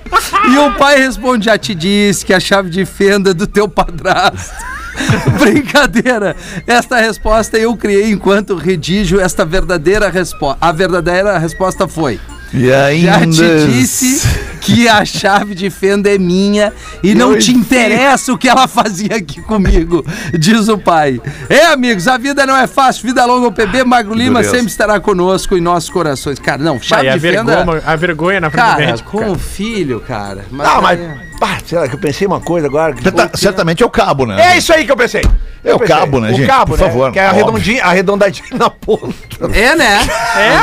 E o pai responde: Já te disse que a chave de fenda é do teu padrasto. Brincadeira! Esta resposta eu criei enquanto redijo esta verdadeira resposta. A verdadeira resposta foi.
E ainda...
Já te disse que a chave de fenda é minha e não te interessa o que ela fazia aqui comigo, diz o pai. É, amigos, a vida não é fácil. Vida longa, o PB Magro Lima
dureza.
sempre estará conosco em nossos corações. Cara, não,
Bah,
chave
e a
de fenda.
é vergonha, né? a vergonha na frente do
Cara,
médico.
com
cara.
o filho, cara. Mas é,
Ah, mas.
aí-
Pá, sei lá, que eu pensei uma coisa agora. que-
Certa- certamente é o cabo, né?
É isso aí que eu pensei.
É
Eu
o
pensei.
cabo, né, gente?
O cabo,
Por
né?
favor,
Que é
óbvio.
arredondinho, arredondadinho na ponta.
É, né?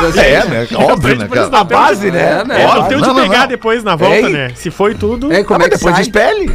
Mas assim,
É, né? Óbvio, né, cara?
A base, né?
É, né?
É,
Ó,
tu tem
não,
de
não,
pegar
não.
depois na volta,
Ei.
né? Se foi tudo.
É,
Ah,
como
mas
é que
depois
sai?
despele.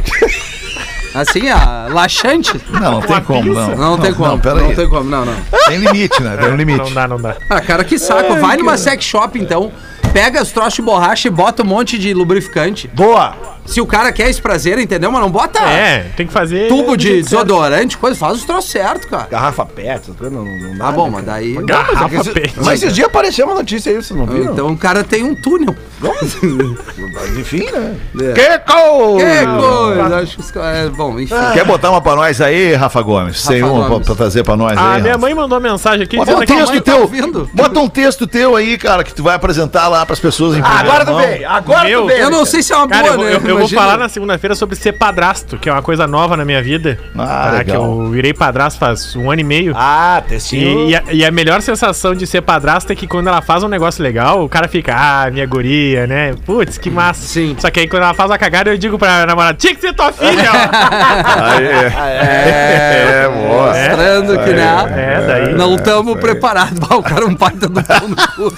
Assim, a laxante?
Não, não tem como, não.
Não, tem como.
Não,
Não,
peraí.
tem É, como, não, não.
Tem limite, né? Tem um limite.
Não dá, não dá.
Ah, cara, que saco. Vai numa sex shop, então. Pega os troços de borracha e bota um monte de lubrificante.
Boa.
Se o cara quer esse prazer, entendeu? Mas não bota
É, tem que fazer.
tubo
do
de
jeito certo.
desodorante, coisa, faz os troços certo, cara.
Garrafa perto, essas coisas não, não dá.
Tá bom,
né,
mas
cara?
daí.
Garrafa
Mas
pet.
esse- Mas esses dias apareceu uma notícia aí, vocês não viram?
Então o cara tem um túnel. É.
Mas enfim, né?
Que co-
Que coisa! Acho que os caras- é, bom, enfim.
Ah.
Quer botar uma pra nós aí, Rafa Gomes? Tem uma pra,
Gomes.
pra trazer pra nós
A
aí?
Ah, minha
Rafa?
mãe mandou mensagem aqui
Bota um
dizendo que a
texto
mãe-
tá
teu.
ouvindo.
Bota um texto teu aí, cara, que tu vai apresentar lá pras pessoas em
Agora tu
não
veio, Ah, agora
Meu
tu veio.
Eu não sei se é uma
Cara, eu,
boa,
vou- eu-
né?
eu vou falar na segunda-feira sobre ser padrasto, que é uma coisa nova na minha vida.
Ah,
tá?
legal.
Que eu virei padrasto faz um ano e meio.
Ah,
E,
testinho.
e a, e é a melhor sensação de ser padrasta é que quando ela faz um negócio legal, o cara fica, ah, minha guria, né? Putz, que massa.
Sim.
Só que aí quando ela faz uma cagada, eu digo pra namorada, tinha que ser tua filha!
Ah, é, é, boa.
Mostrando que, né?
é, daí.
Não estamos preparados. Bah, O cara é um baita do pau no cu.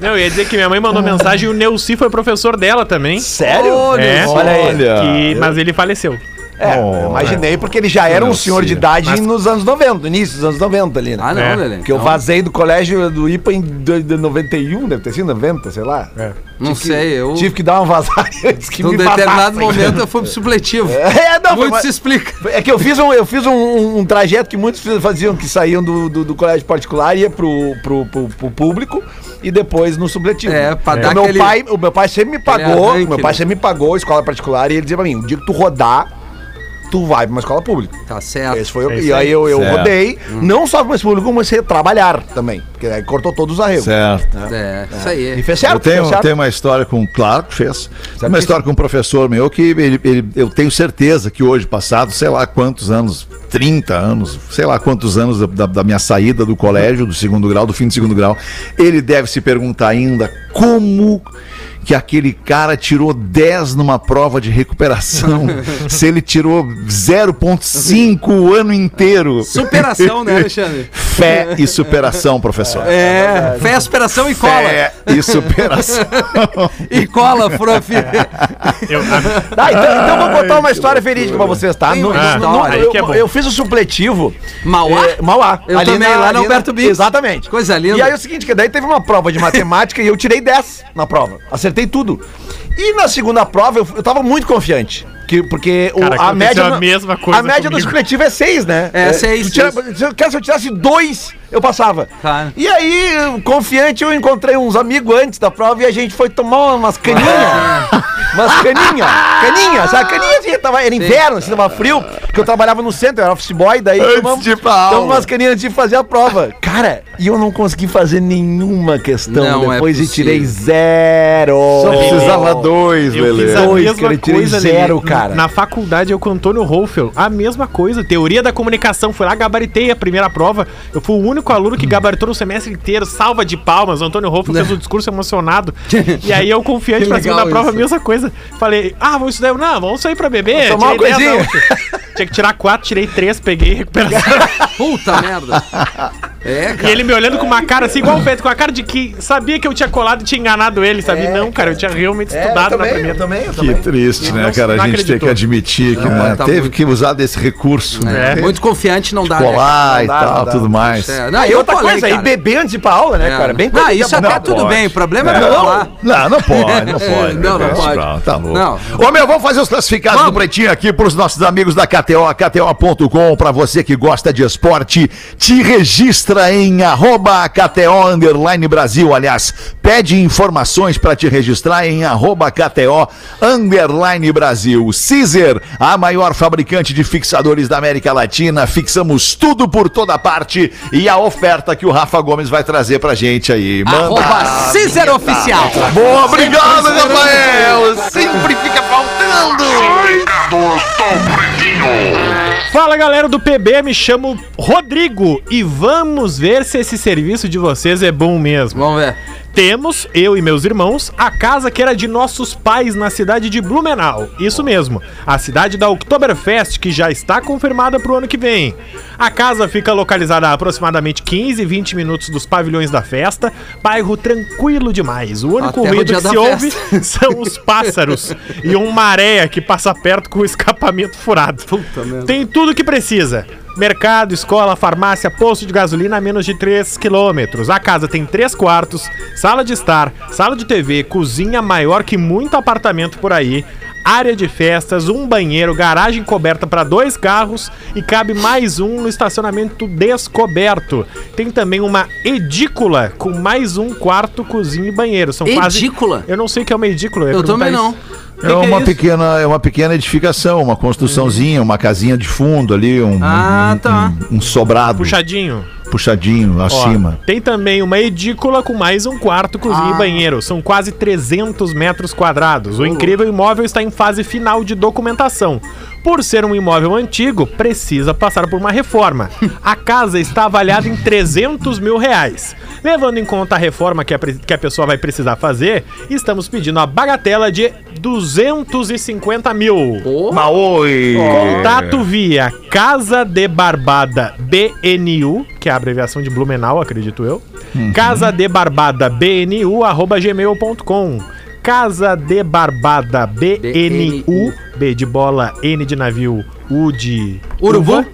Não, eu ia dizer que minha mãe mandou mensagem e o Neuci foi professor dela também.
Sério?
Olha
É.
só.
Olha aí.
que- mas ele faleceu.
É, eu imaginei porque ele já era um senhor de idade nos anos 90, no início dos anos 90 ali, né?
Ah, não,
É.
Lelê.
Porque eu
Não,
vazei do colégio do IPA em do- de 91, deve ter sido 90, sei lá.
É.
Não sei, eu.
Tive que dar uma vazada antes que
Num
me
determinado
vazassem.
momento eu fui pro supletivo.
É, não, foi,
Muito
uma-
se explica.
É que eu fiz um, eu fiz um, um- um trajeto que muitos faziam, que saíam do, do, do colégio particular, ia pro, pro, pro- pro público e depois no supletivo.
É, pra dar
o meu
aquele-
pai, O meu pai sempre me
aquele
pagou,
arranque,
meu pai
né?
sempre me pagou escola particular e ele dizia pra mim, o dia que tu rodar, tu vai pra uma escola pública.
Tá certo.
Esse foi o-
É isso
e aí
aí.
eu, eu
Certo. Uhum.
rodei, não só pra esse público, como comecei a trabalhar também, porque aí cortou todos os arregos.
Certo.
É, isso aí.
E fez certo,
eu tenho,
fez certo.
tenho uma história com, claro que fez,
Certo.
uma história com um professor meu que ele, ele- eu tenho certeza que hoje, passado, sei lá quantos anos, 30 anos, sei lá quantos anos da, da- da minha saída do colégio, do segundo grau, do fim do segundo grau, ele deve se perguntar ainda como que aquele cara tirou 10 numa prova de recuperação, se ele tirou 0.5 o ano inteiro.
Superação, né, Alexandre?
Fé e superação, professor.
É, fé, superação e cola.
Fé e superação.
E cola, prof.
Eu- a-
Tá, então, então vou contar uma história verídica pra vocês, tá?
Tem
No-
uma
no-
história.
eu,
Aí que é bom.
eu fiz o supletivo.
Mauá?
É, Mauá.
Eu também, lá no
ali
Alberto Bix.
Exatamente.
Coisa linda.
E aí é o seguinte, que daí teve uma prova de matemática e eu tirei 10 na prova. Acertei tudo. E na segunda prova eu, eu tava muito confiante. Que, porque o-
Cara,
a
aconteceu
média.
a
no-
mesma coisa
A média do
comigo.
supletivo é 6, né?
É, seis,
tu tira-
seis.
Se eu, quero- se eu tirasse 2, eu passava.
Claro.
E aí, eu, confiante, eu encontrei uns amigos antes da prova e a gente foi tomar umas caninhas. Umas caninhas, caninhas, sabe? Caninha assim, tava, era inverno, assim, tava frio, porque eu trabalhava no centro, eu era office boy, daí
Antes
tomamos,
de ir pra aula.
tomamos umas caninhas antes de fazer a prova. Cara, e eu não consegui fazer nenhuma questão
Não é
depois e
possível.
tirei zero.
Só precisava dois,
eu
Lelê.
fiz a
Dois,
mesma
cara, eu tirei
coisa,
zero,
Lelê.
cara.
Na faculdade, eu com o Antônio Rolfel, a mesma coisa. Teoria da comunicação, fui lá, gabaritei a primeira prova. Eu fui o único aluno que gabaritou no semestre inteiro, salva de palmas. O Antônio Rolfel fez um discurso emocionado. E aí eu confiante
Que
pra segunda
legal
prova, a
isso.
mesma coisa. Falei, ah, vou estudar. Eu, Não, vamos sair pra beber.
Vou tomar
tirei
uma
dez, não. Tinha que tirar quatro, tirei três, peguei recuperação.
Puta merda. É,
E
cara.
ele me olhando com uma cara assim, igual o Pedro, com a cara de que sabia que eu tinha colado e tinha enganado ele, sabe? não, cara, eu tinha realmente estudado na primeira.
É, também, eu
Que triste, né,
Não,
cara?
não
A gente tem
acreditou.
que admitir que né,
mas tá
teve
muito-
que usar desse recurso, né?
É, muito confiante não dá. né?
Colar e
Não dá, não
tal,
dá.
tudo mais.
É, não,
Ah, e
eu
outra
colei,
coisa, aí
cara.
beber antes de ir pra aula, né,
É.
cara? Bem
Não, isso até
não,
tá tudo
pode.
bem. O problema é não
Não,
lá.
não, não pode, não
É,
pode.
não, não
né,
pode.
Brown? Tá louco.
Não.
Ô, meu, vamos fazer os classificados do Pretinho aqui pros nossos amigos da KTO, KTO.com. Pra você que gosta de esporte, te registra em arroba KTO underline Brasil. Aliás, pede informações pra te registrar em arroba KTO underline Brasil. Caesar, a maior fabricante de fixadores da América Latina. Fixamos tudo por toda parte e a oferta que o Rafa Gomes vai trazer pra gente aí. Manda
Arroba Cícero Oficial.
Boa, obrigado, Rafael! Sempre fica faltando!
Fala galera do PB, me chamo Rodrigo e vamos ver se esse serviço de vocês é bom mesmo.
Vamos ver.
Temos, eu e meus irmãos, a casa que era de nossos pais na cidade de Blumenau. Isso mesmo, a cidade da Oktoberfest, que já está confirmada para o ano que vem. A casa fica localizada a aproximadamente 15, 20 minutos dos pavilhões da festa. Bairro tranquilo demais. O único
Até o
ruído
dia
que
da
se ouve
festa.
são os pássaros e uma areia que passa perto com o escapamento furado. Tem tudo que precisa. Mercado, escola, farmácia, posto de gasolina a menos de 3 quilômetros. A casa tem três quartos, sala de estar, sala de TV, cozinha maior que muito apartamento por aí, área de festas, um banheiro, garagem coberta para dois carros e cabe mais um no estacionamento descoberto. Tem também uma edícula com mais um quarto, cozinha e banheiro. São quase-
Edícula?
eu não sei o que é uma edícula. ia
Eu
perguntar
também
isso.
não.
Que
É uma,
isso?
pequena, é uma pequena edificação, uma construçãozinha, uma casinha de fundo ali, um,
Ah,
um-
tá.
um, um sobrado.
Puxadinho.
puxadinho
Ó,
acima.
Tem também uma edícula com mais um quarto,
Ah.
cozinha e banheiro. São quase 300 metros quadrados. O incrível imóvel está em fase final de documentação. Por ser um imóvel antigo, precisa passar por uma reforma. A casa está avaliada em 300 mil reais. Levando em conta a reforma que a, pre- que a pessoa vai precisar fazer, estamos pedindo a bagatela de 250 mil.
Hum.
Maoi!
Contato via Casa de Barbada BNU, que é a abreviação de Blumenau, acredito eu.
Uhum.
Casa de Barbada BNU, arroba gmail.com. Casa de Barbada BNU, B de bola, N de navio, U de
Urubu?
uva,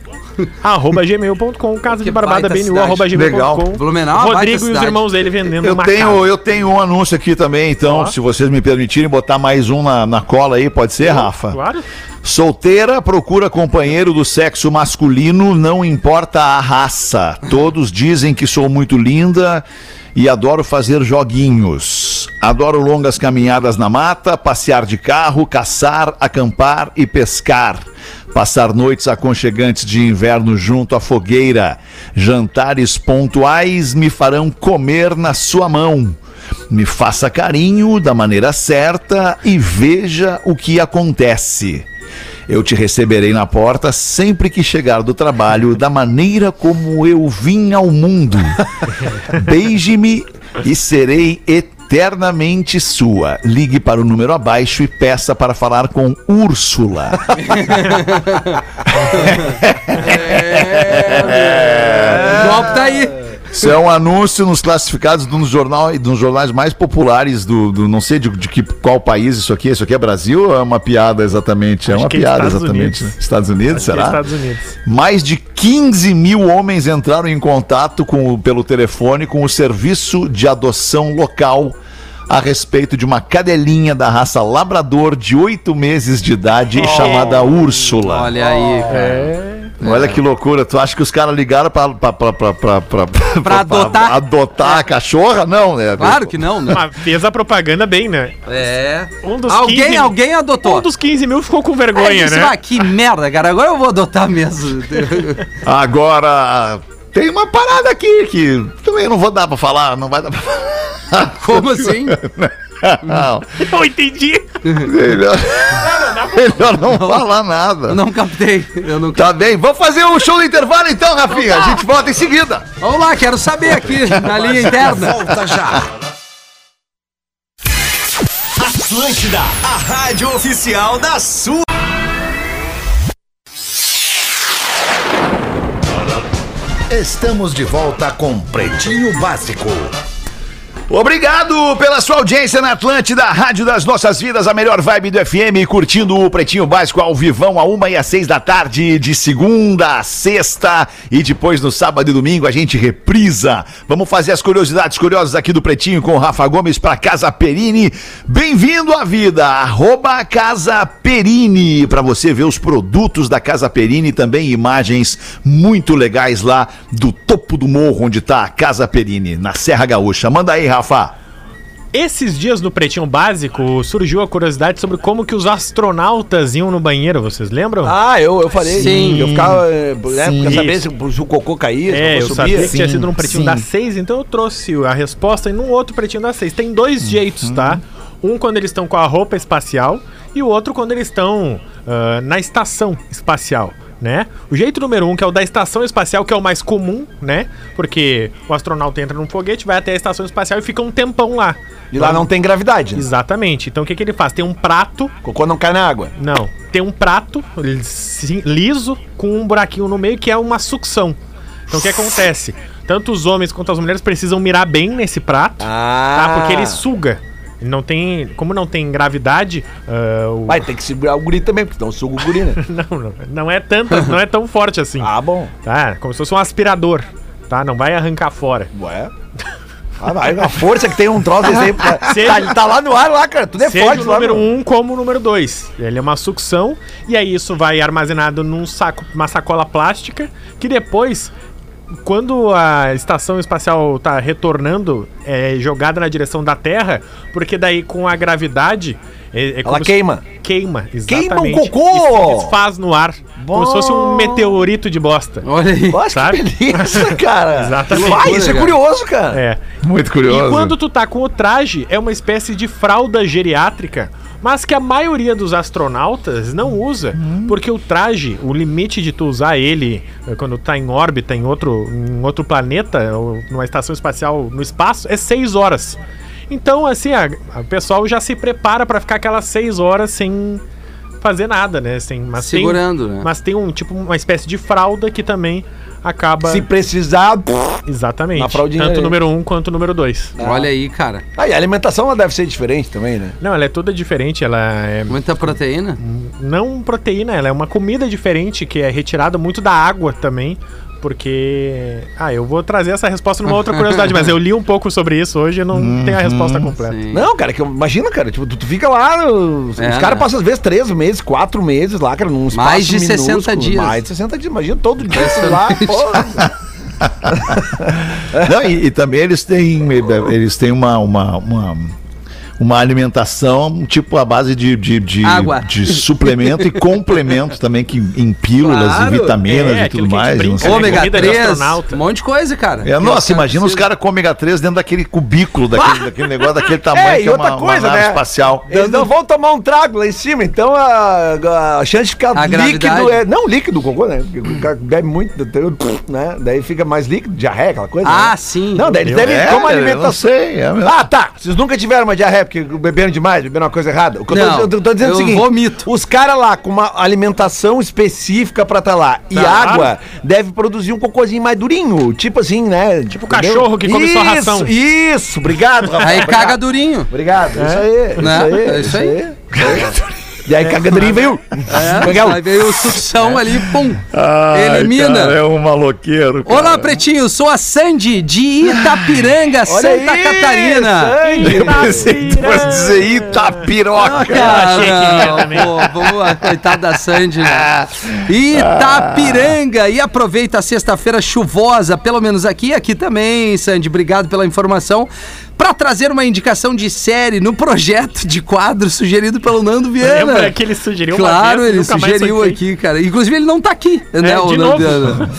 arroba gmail.com. Casa de
Que
Barbada
baita
BNU,
cidade.
arroba
Legal.
gmail.com.
Blumenau é uma baita
Rodrigo e os
cidade.
irmãos dele vendendo
Eu
uma
tenho,
casa.
eu tenho um anúncio aqui também, então,
Ó.
se vocês me permitirem botar mais um na, na cola aí, pode ser, Rafa?
Claro.
Solteira procura companheiro do sexo masculino, não importa a raça. Todos dizem que sou muito linda e adoro fazer joguinhos. Adoro longas caminhadas na mata, passear de carro, caçar, acampar e pescar. Passar noites aconchegantes de inverno junto à fogueira. Jantares pontuais me farão comer na sua mão. Me faça carinho da maneira certa e veja o que acontece. Eu te receberei na porta sempre que chegar do trabalho, da maneira como eu vim ao mundo. Beije-me e serei eternamente sua. Ligue para o número abaixo e peça para falar com Úrsula.
É. O golpe tá aí.
Isso é um anúncio nos classificados de um jornal, de um dos jornais mais populares do, do- não sei de, de que, qual país isso aqui. é. Isso aqui é Brasil ou é uma piada exatamente? É
Acho
uma
que é
piada
Estados
exatamente.
Unidos.
né? Estados Unidos,
Que é
será?
Estados Unidos.
Mais de 15 mil homens entraram em contato com, o- pelo telefone com o serviço de adoção local a respeito de uma cadelinha da raça labrador de oito meses de idade
Oh.
chamada Úrsula. Olha,
Olha aí,
É.
cara.
que loucura, tu acha que os caras ligaram pra, pra, pra, pra, pra, pra, pra
adotar.
adotar a cachorra? Não, né?
Claro que não, né?
Mas Ah, fez a propaganda bem, né?
É.
Um dos
alguém,
15
alguém adotou.
Um dos 15 mil ficou com
Aí
vergonha,
eu disse,
né?
"Ah, que merda, cara. Agora eu vou adotar mesmo.
Agora, tem uma parada aqui que também não vou dar pra falar, não vai dar pra falar.
Como assim?
Não.
Eu entendi.
Melhor, melhor não falar nada.
Eu não captei. Eu não...
Tá bem, vamos fazer o show do intervalo então, Rafinha. A gente volta em seguida.
Vamos lá, quero saber aqui na linha interna.
é Volta já. Atlântida, a rádio oficial da sua. Estamos de volta com Pretinho Básico.
Obrigado pela sua audiência na Atlântida, a Rádio das Nossas Vidas, a melhor vibe do FM, curtindo o Pretinho Básico ao vivão, a uma e às seis da tarde, de segunda a sexta, e depois no sábado e domingo a gente reprisa. Vamos fazer as curiosidades curiosas aqui do Pretinho com o Rafa Gomes para Casa Perini. Bem-vindo à vida, arroba Casa Perini, para você ver os produtos da Casa Perini, também imagens muito legais lá do topo do morro onde tá a Casa Perini, na Serra Gaúcha. Manda aí, Rafa.
Esses dias no Pretinho Básico surgiu a curiosidade sobre como que os astronautas iam no banheiro, vocês lembram?
Ah, eu, eu falei.
Sim.
Eu ficava. eh, Né,
Sim.
porque eu sabia se, se o cocô caía, se
é, eu
o cocô
sabia
subia.
que
assim.
tinha sido num Pretinho
sim.
das seis, então eu trouxe a resposta em um outro Pretinho das seis. Tem dois jeitos, tá? Um quando eles estão com a roupa espacial e o outro quando eles estão ah, na estação espacial. Né? O jeito número um, que é o da estação espacial, que é o mais comum, né? Porque o astronauta entra num foguete, vai até a estação espacial e fica um tempão lá.
E lá não tem gravidade. Né?
Exatamente. Então o que, que ele faz? Tem um prato
Cocô não cai na água.
não. Tem um prato sim, liso com um buraquinho no meio que é uma sucção. Então o que acontece? Tanto os homens quanto as mulheres precisam mirar bem nesse prato, tá?
Ah.
Porque ele suga. Ele não tem, como não tem gravidade, ah, o-
Vai, tem que segurar o guri também, porque senão suga o guri, né?
não, não, não é tanto, não é tão forte assim.
ah, bom.
Tá? Como se fosse um aspirador, tá? Não vai arrancar fora.
Ué. Ah, vai, a força que tem um troço desse aí. pá.
Seja-
tá, tá lá no ar, lá, cara. Tudo é
Seja
forte
o
lá.
número
meu.
1 um como o número 2. Ele é uma sucção e aí isso vai armazenado num saco, uma sacola plástica que depois quando a estação espacial tá retornando, é jogada na direção da Terra, porque daí com a gravidade. É, é como se-
queima.
Queima, exatamente.
Queima o cocô!
E se desfaz no ar. Como se fosse um meteorito de bosta.
Olha aí.
Nossa,
Sabe?
que beleza, cara.
Exatamente.
Vai, isso é
Cara.
curioso, cara.
É.
Muito curioso.
E quando tu tá com o traje, é uma espécie de fralda geriátrica, mas que a maioria dos astronautas não usa, porque o traje, o limite de tu usar ele eh, quando tá em órbita em outro, em outro planeta, ou numa estação espacial no espaço, é seis horas. Então, assim, a- a- o pessoal já se prepara pra ficar aquelas seis horas sem fazer nada, né? Sem, mas tem-
Segurando, né?
mas tem um tipo uma espécie de fralda que também acaba
Se precisar.
exatamente
Na fraldinha
tanto o
aí.
número um quanto o número dois.
Olha aí, cara.
Aí a alimentação ela deve ser diferente também, né?
Não, ela é toda diferente, ela é
Muita proteína.
não proteína, ela é uma comida diferente que é retirada muito da água também, porque ah, eu vou trazer essa resposta numa outra curiosidade, mas eu li um pouco sobre isso hoje e não
Uhum,
tenho a resposta completa.
Sim.
Não, cara, que eu- imagina, cara, tipo, tu, tu fica lá, os,
É,
os caras
né?
passam às vezes três meses, quatro meses lá, cara, num espaço
de 60 dias.
Mais de 60 dias, imagina todo dia tu lá. pô.
Não, e, e também eles têm, eles têm uma, uma, uma, uma alimentação tipo à base de, de, de,
Água.
de suplemento e complemento também, que em pílulas
Claro,
e vitaminas e
É, aquilo
tudo
que a gente
mais.
brinca,
não
É
sei.
né?
Ômega
Comida de
3,
astronauta.
um monte de coisa, cara.
É, nossa,
Os caras
imagina os
precisam.
caras com ômega 3 dentro daquele cubículo, daquele, daquele negócio daquele tamanho
Ah! É,
que
e
é
outra
uma,
coisa,
uma nave
né?
espacial.
Eles não vão tomar um trago lá em cima, então a, a chance de ficar
A
líquido
gravidade.
é. Não, líquido, cocô, né? Porque O cara bebe muito, então, né? Daí fica mais líquido, diarreia, aquela coisa.
Ah,
né?
sim.
Não, daí eles devem
É,
ter uma
eu não
alimentação.
sei, é mesmo.
Ah, tá. Vocês nunca tiveram uma diarreia porque beberam demais, beberam uma coisa errada. O que
Não,
eu, tô, eu tô dizendo é o
eu
seguinte:
vomito.
os caras lá com uma alimentação específica pra tá lá e
Tá.
água deve produzir um cocôzinho mais durinho, tipo assim, né? Tipo
cachorro que come
isso,
só ração.
Isso, obrigado, Rafael.
Aí caga durinho.
Obrigado. Isso aí,
Né?
isso aí.
É isso aí.
E aí, caga durinho veio.
É,
Legal.
aí veio o sucção ali, pum. Elimina.
é um maloqueiro.
Olá, Pretinho, sou a Sandy de Itapiranga, Santa
aí,
Catarina.
sangue.
Depois dizer
Ah,
Itapiroca.
achei que ia
não,
também.
pô, vamos lá, coitada da Sandy. né? Itapiranga, e aproveita a sexta-feira chuvosa, pelo menos aqui, aqui também, Sandy, obrigado pela informação. Pra trazer uma indicação de série no projeto de quadro sugerido pelo Nando Viana.
Lembra que ele sugeriu uma
Claro,
vez e
ele
nunca mais
sugeriu
foi feito? É,
aqui, cara. Inclusive, ele não tá aqui, né, o
de
Nando
novo.
Viana.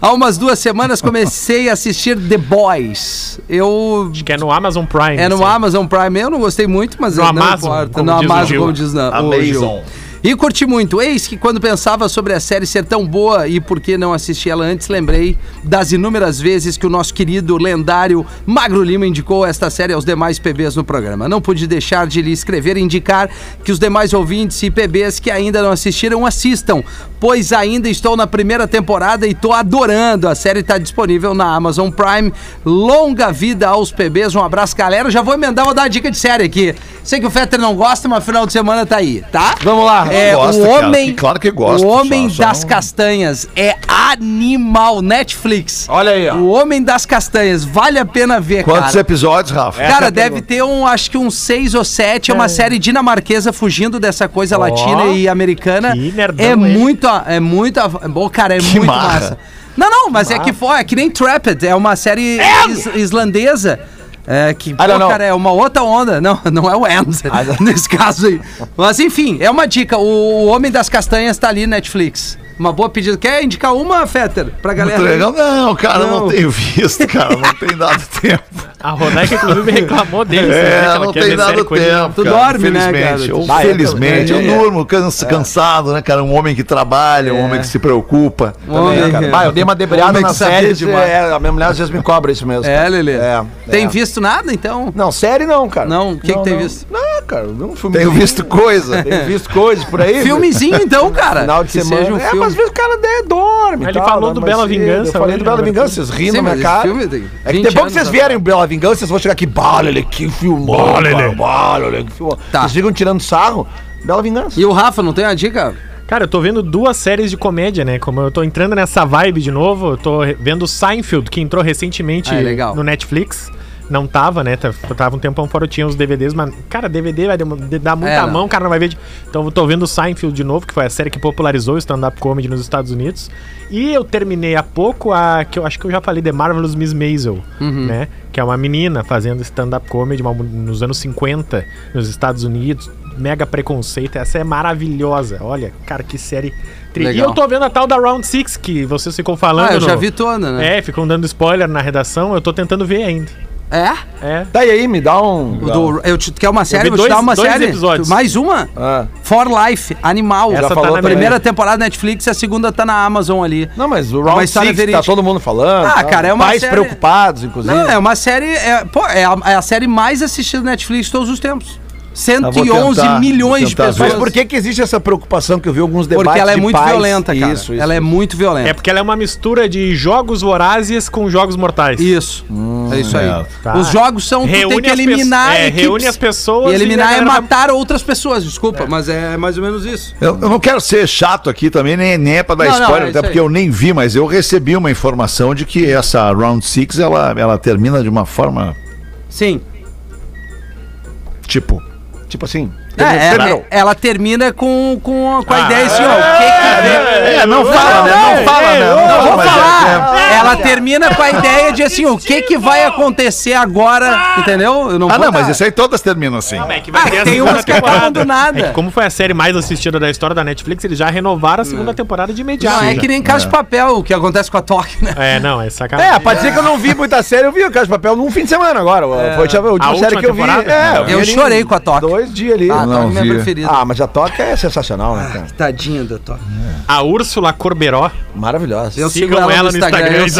Há umas duas semanas comecei a assistir The Boys. Eu
Que é no Amazon Prime.
é no
assim.
Amazon Prime, eu não gostei muito, mas é,
No
não
Amazon, como
no
diz o
Amazon,
Gil.
como diz na, o Gil.
Amazon.
E curti muito. Eis que quando pensava sobre a série ser tão boa e por que não assisti ela antes, lembrei das inúmeras vezes que o nosso querido lendário Magro Lima indicou esta série aos demais PBs no programa. Não pude deixar de lhe escrever e indicar que os demais ouvintes e PBs que ainda não assistiram assistam, pois ainda estou na primeira temporada e tô adorando. A série está disponível na Amazon Prime. Longa vida aos PBs. Um abraço, galera. Já vou emendar, vou dar uma dica de série aqui. Sei que o Fetter não gosta, mas final de semana tá aí, tá?
Vamos lá.
É,
gosta,
o
cara.
homem,
Claro que gosta,
O Homem
só- só
das
não-
Castanhas é animal Netflix.
Olha aí, ó.
O Homem das Castanhas, vale a pena ver,
Quantos
cara.
episódios, Rafa?
É.
Cara, deve ter um, acho que uns seis ou sete. É uma série dinamarquesa fugindo dessa coisa latina e americana.
que nerdão
é
ele.
muito, a- é muito, a- bom, cara, é muito
marra.
massa. Não, não, mas é que foi, é que nem Trapped, é uma série is- islandesa. É, que, pô,
Ah, não, não.
cara, é uma outra onda. Não, não é o Ends, nesse caso aí. Mas enfim, é uma dica. O, o Homem das Castanhas tá ali Netflix. Uma boa pedida. Quer indicar uma, Fetter, pra galera?
Muito legal. Não, cara, não.
Não.
tenho visto, cara. Não tem dado tempo.
A Rodaica, inclusive, reclamou dele. assim, né, que
É,
ela
não
quer
tem
ver
dado
série com ele.
tempo.
Tu
cara,
dorme, né,
infelizmente.
cara?
Eu,
Ah, eu
felizmente, eu
também, é.
durmo canso- cansado, né, cara? Um homem que trabalha, um homem que se preocupa.
Homem,
É,
é.
cara. Bah, eu dei uma debreada
Homem
na
que sabia
série.
demais.
É, a minha mulher às vezes me cobra isso mesmo.
É,
cara.
Lelê.
É,
Tem
é.
visto nada, então?
Não, série não, cara.
Não, o que que tem
não.
visto?
Não, cara, eu vi um filme.
Tenho visto coisa. né?
Tenho visto coisas por aí.
Filmezinho, então, cara.
Final de
que
semana.
Seja um
é,
filme.
mas às vezes o cara né, dorme. e
Ele
tal,
falou
né,
do
mas
Bela
cedo.
Vingança
Eu falei
hoje,
do Bela
né,
Vingança, vocês rindo
Sim,
na
mas
minha
esse
assim, cara.
filme tem
É
20
que depois
anos
que vocês
atrás.
vierem o Bela Vingança, vocês vão chegar aqui, bala, ele que filmou. Bala, bala, ele que filmou.
Tá.
Vocês ficam tirando sarro. Bela Vingança.
E o Rafa, não tem uma dica?
Cara, eu tô vendo duas séries de comédia, né? Como eu tô entrando nessa vibe de novo, eu tô re- vendo Seinfeld, que entrou recentemente
Ah, é legal.
no Netflix. Não tava, né? Tava tava um tempão fora, eu tinha os DVDs, mas, cara, DVD vai demo- de- dar muita
É, não.
mão, cara, não vai ver. de- Então, eu tô vendo Seinfeld de novo, que foi a série que popularizou o stand-up comedy nos Estados Unidos. E eu terminei há pouco a que eu acho que eu já falei, The Marvelous Miss Maisel,
Uhum.
né? Que é uma menina fazendo stand-up comedy uma mu- nos anos 50 nos Estados Unidos. Mega preconceito. Essa é maravilhosa. Olha, cara, que série. Tri... E
Legal.
eu tô vendo a tal da Round Six que vocês ficam falando.
Ah, eu já
no-
vi toda, né?
É, ficam dando spoiler na redação. Eu tô tentando ver ainda.
É?
É.
Tá e aí, me dá um.
O do- eu te, quer uma série?
vi
Vou te dar
dois-
uma
dois
série.
episódios.
Mais uma?
Ah.
For Life, Animal.
Essa
Já
tá
falou
na
a primeira
minha.
temporada da Netflix e a segunda tá na Amazon ali.
Não, mas o Round
Uma história
6 tá
verídica.
todo mundo falando.
Ah,
tá?
cara, é uma
Pais
série-
preocupados, inclusive.
Não, é uma série. É, pô, é a, é a série mais assistida da Netflix de todos os tempos.
Eu vou
111
tentar,
milhões
vou
de
tentar ver.
pessoas.
Mas por que que existe essa preocupação que eu vi alguns debates
Porque ela é
de
muito
pais?
violenta, cara.
Isso, isso.
Ela é muito
É
violenta.
porque ela é uma mistura de jogos vorazes com jogos mortais.
Isso. é isso aí.
Tá.
Os jogos são tu tem
Reúne
que
as
eliminar
pe- é,
equipes.
reúne as pessoas
E eliminar
e a
é
galera
matar outras pessoas, desculpa, mas é mais ou menos isso.
Eu, eu não quero ser chato aqui também, nem, nem é pra dar
Não, não,
spoiler,
é
até
isso
porque
aí.
eu nem vi, mas eu recebi uma informação de que essa Round Six ela, ela termina de uma forma,
Sim.
tipo...
Tipo assim.
É, é,
Terminou.
é, ela termina com, com, com a
Ah,
ideia assim, ó, o que que vem?
É, não fala, né? Não fala, né? Não
Não,
fala,
vou
mas é-
falar.
é-
Ela termina com a ideia de assim, o que que vai acontecer agora, entendeu? Eu não
Ah,
vou
não, mas
dar.
isso aí todas terminam assim.
É que vai
Ah,
ter a
tem
segunda
umas que acabam
temporada.
do nada.
É que como foi a série mais assistida da história da Netflix, eles já renovaram a segunda temporada de imediato.
Não, é
já.
que nem Casa de Papel, o que acontece com a Toque, né?
É, não, é
É,
sacanagem.
pode dizer que eu não vi muita série, eu vi o Caso de Papel num fim de semana agora.
É.
Foi a última,
A
série
última
que eu vi.
temporada?
vi
Eu
ele
chorei
em
com a Toca.
Dois dias ali.
Ah, a
não
Toque é minha
vi.
preferida. Ah,
Ah, mas a Toca é sensacional, né, cara?
Tadinha da Toque.
A Úrsula Corberó.
Maravilhosa.
Eu
Sigam
sigo ela,
ela
no
no
Instagram.
Instagram.
eu sigo.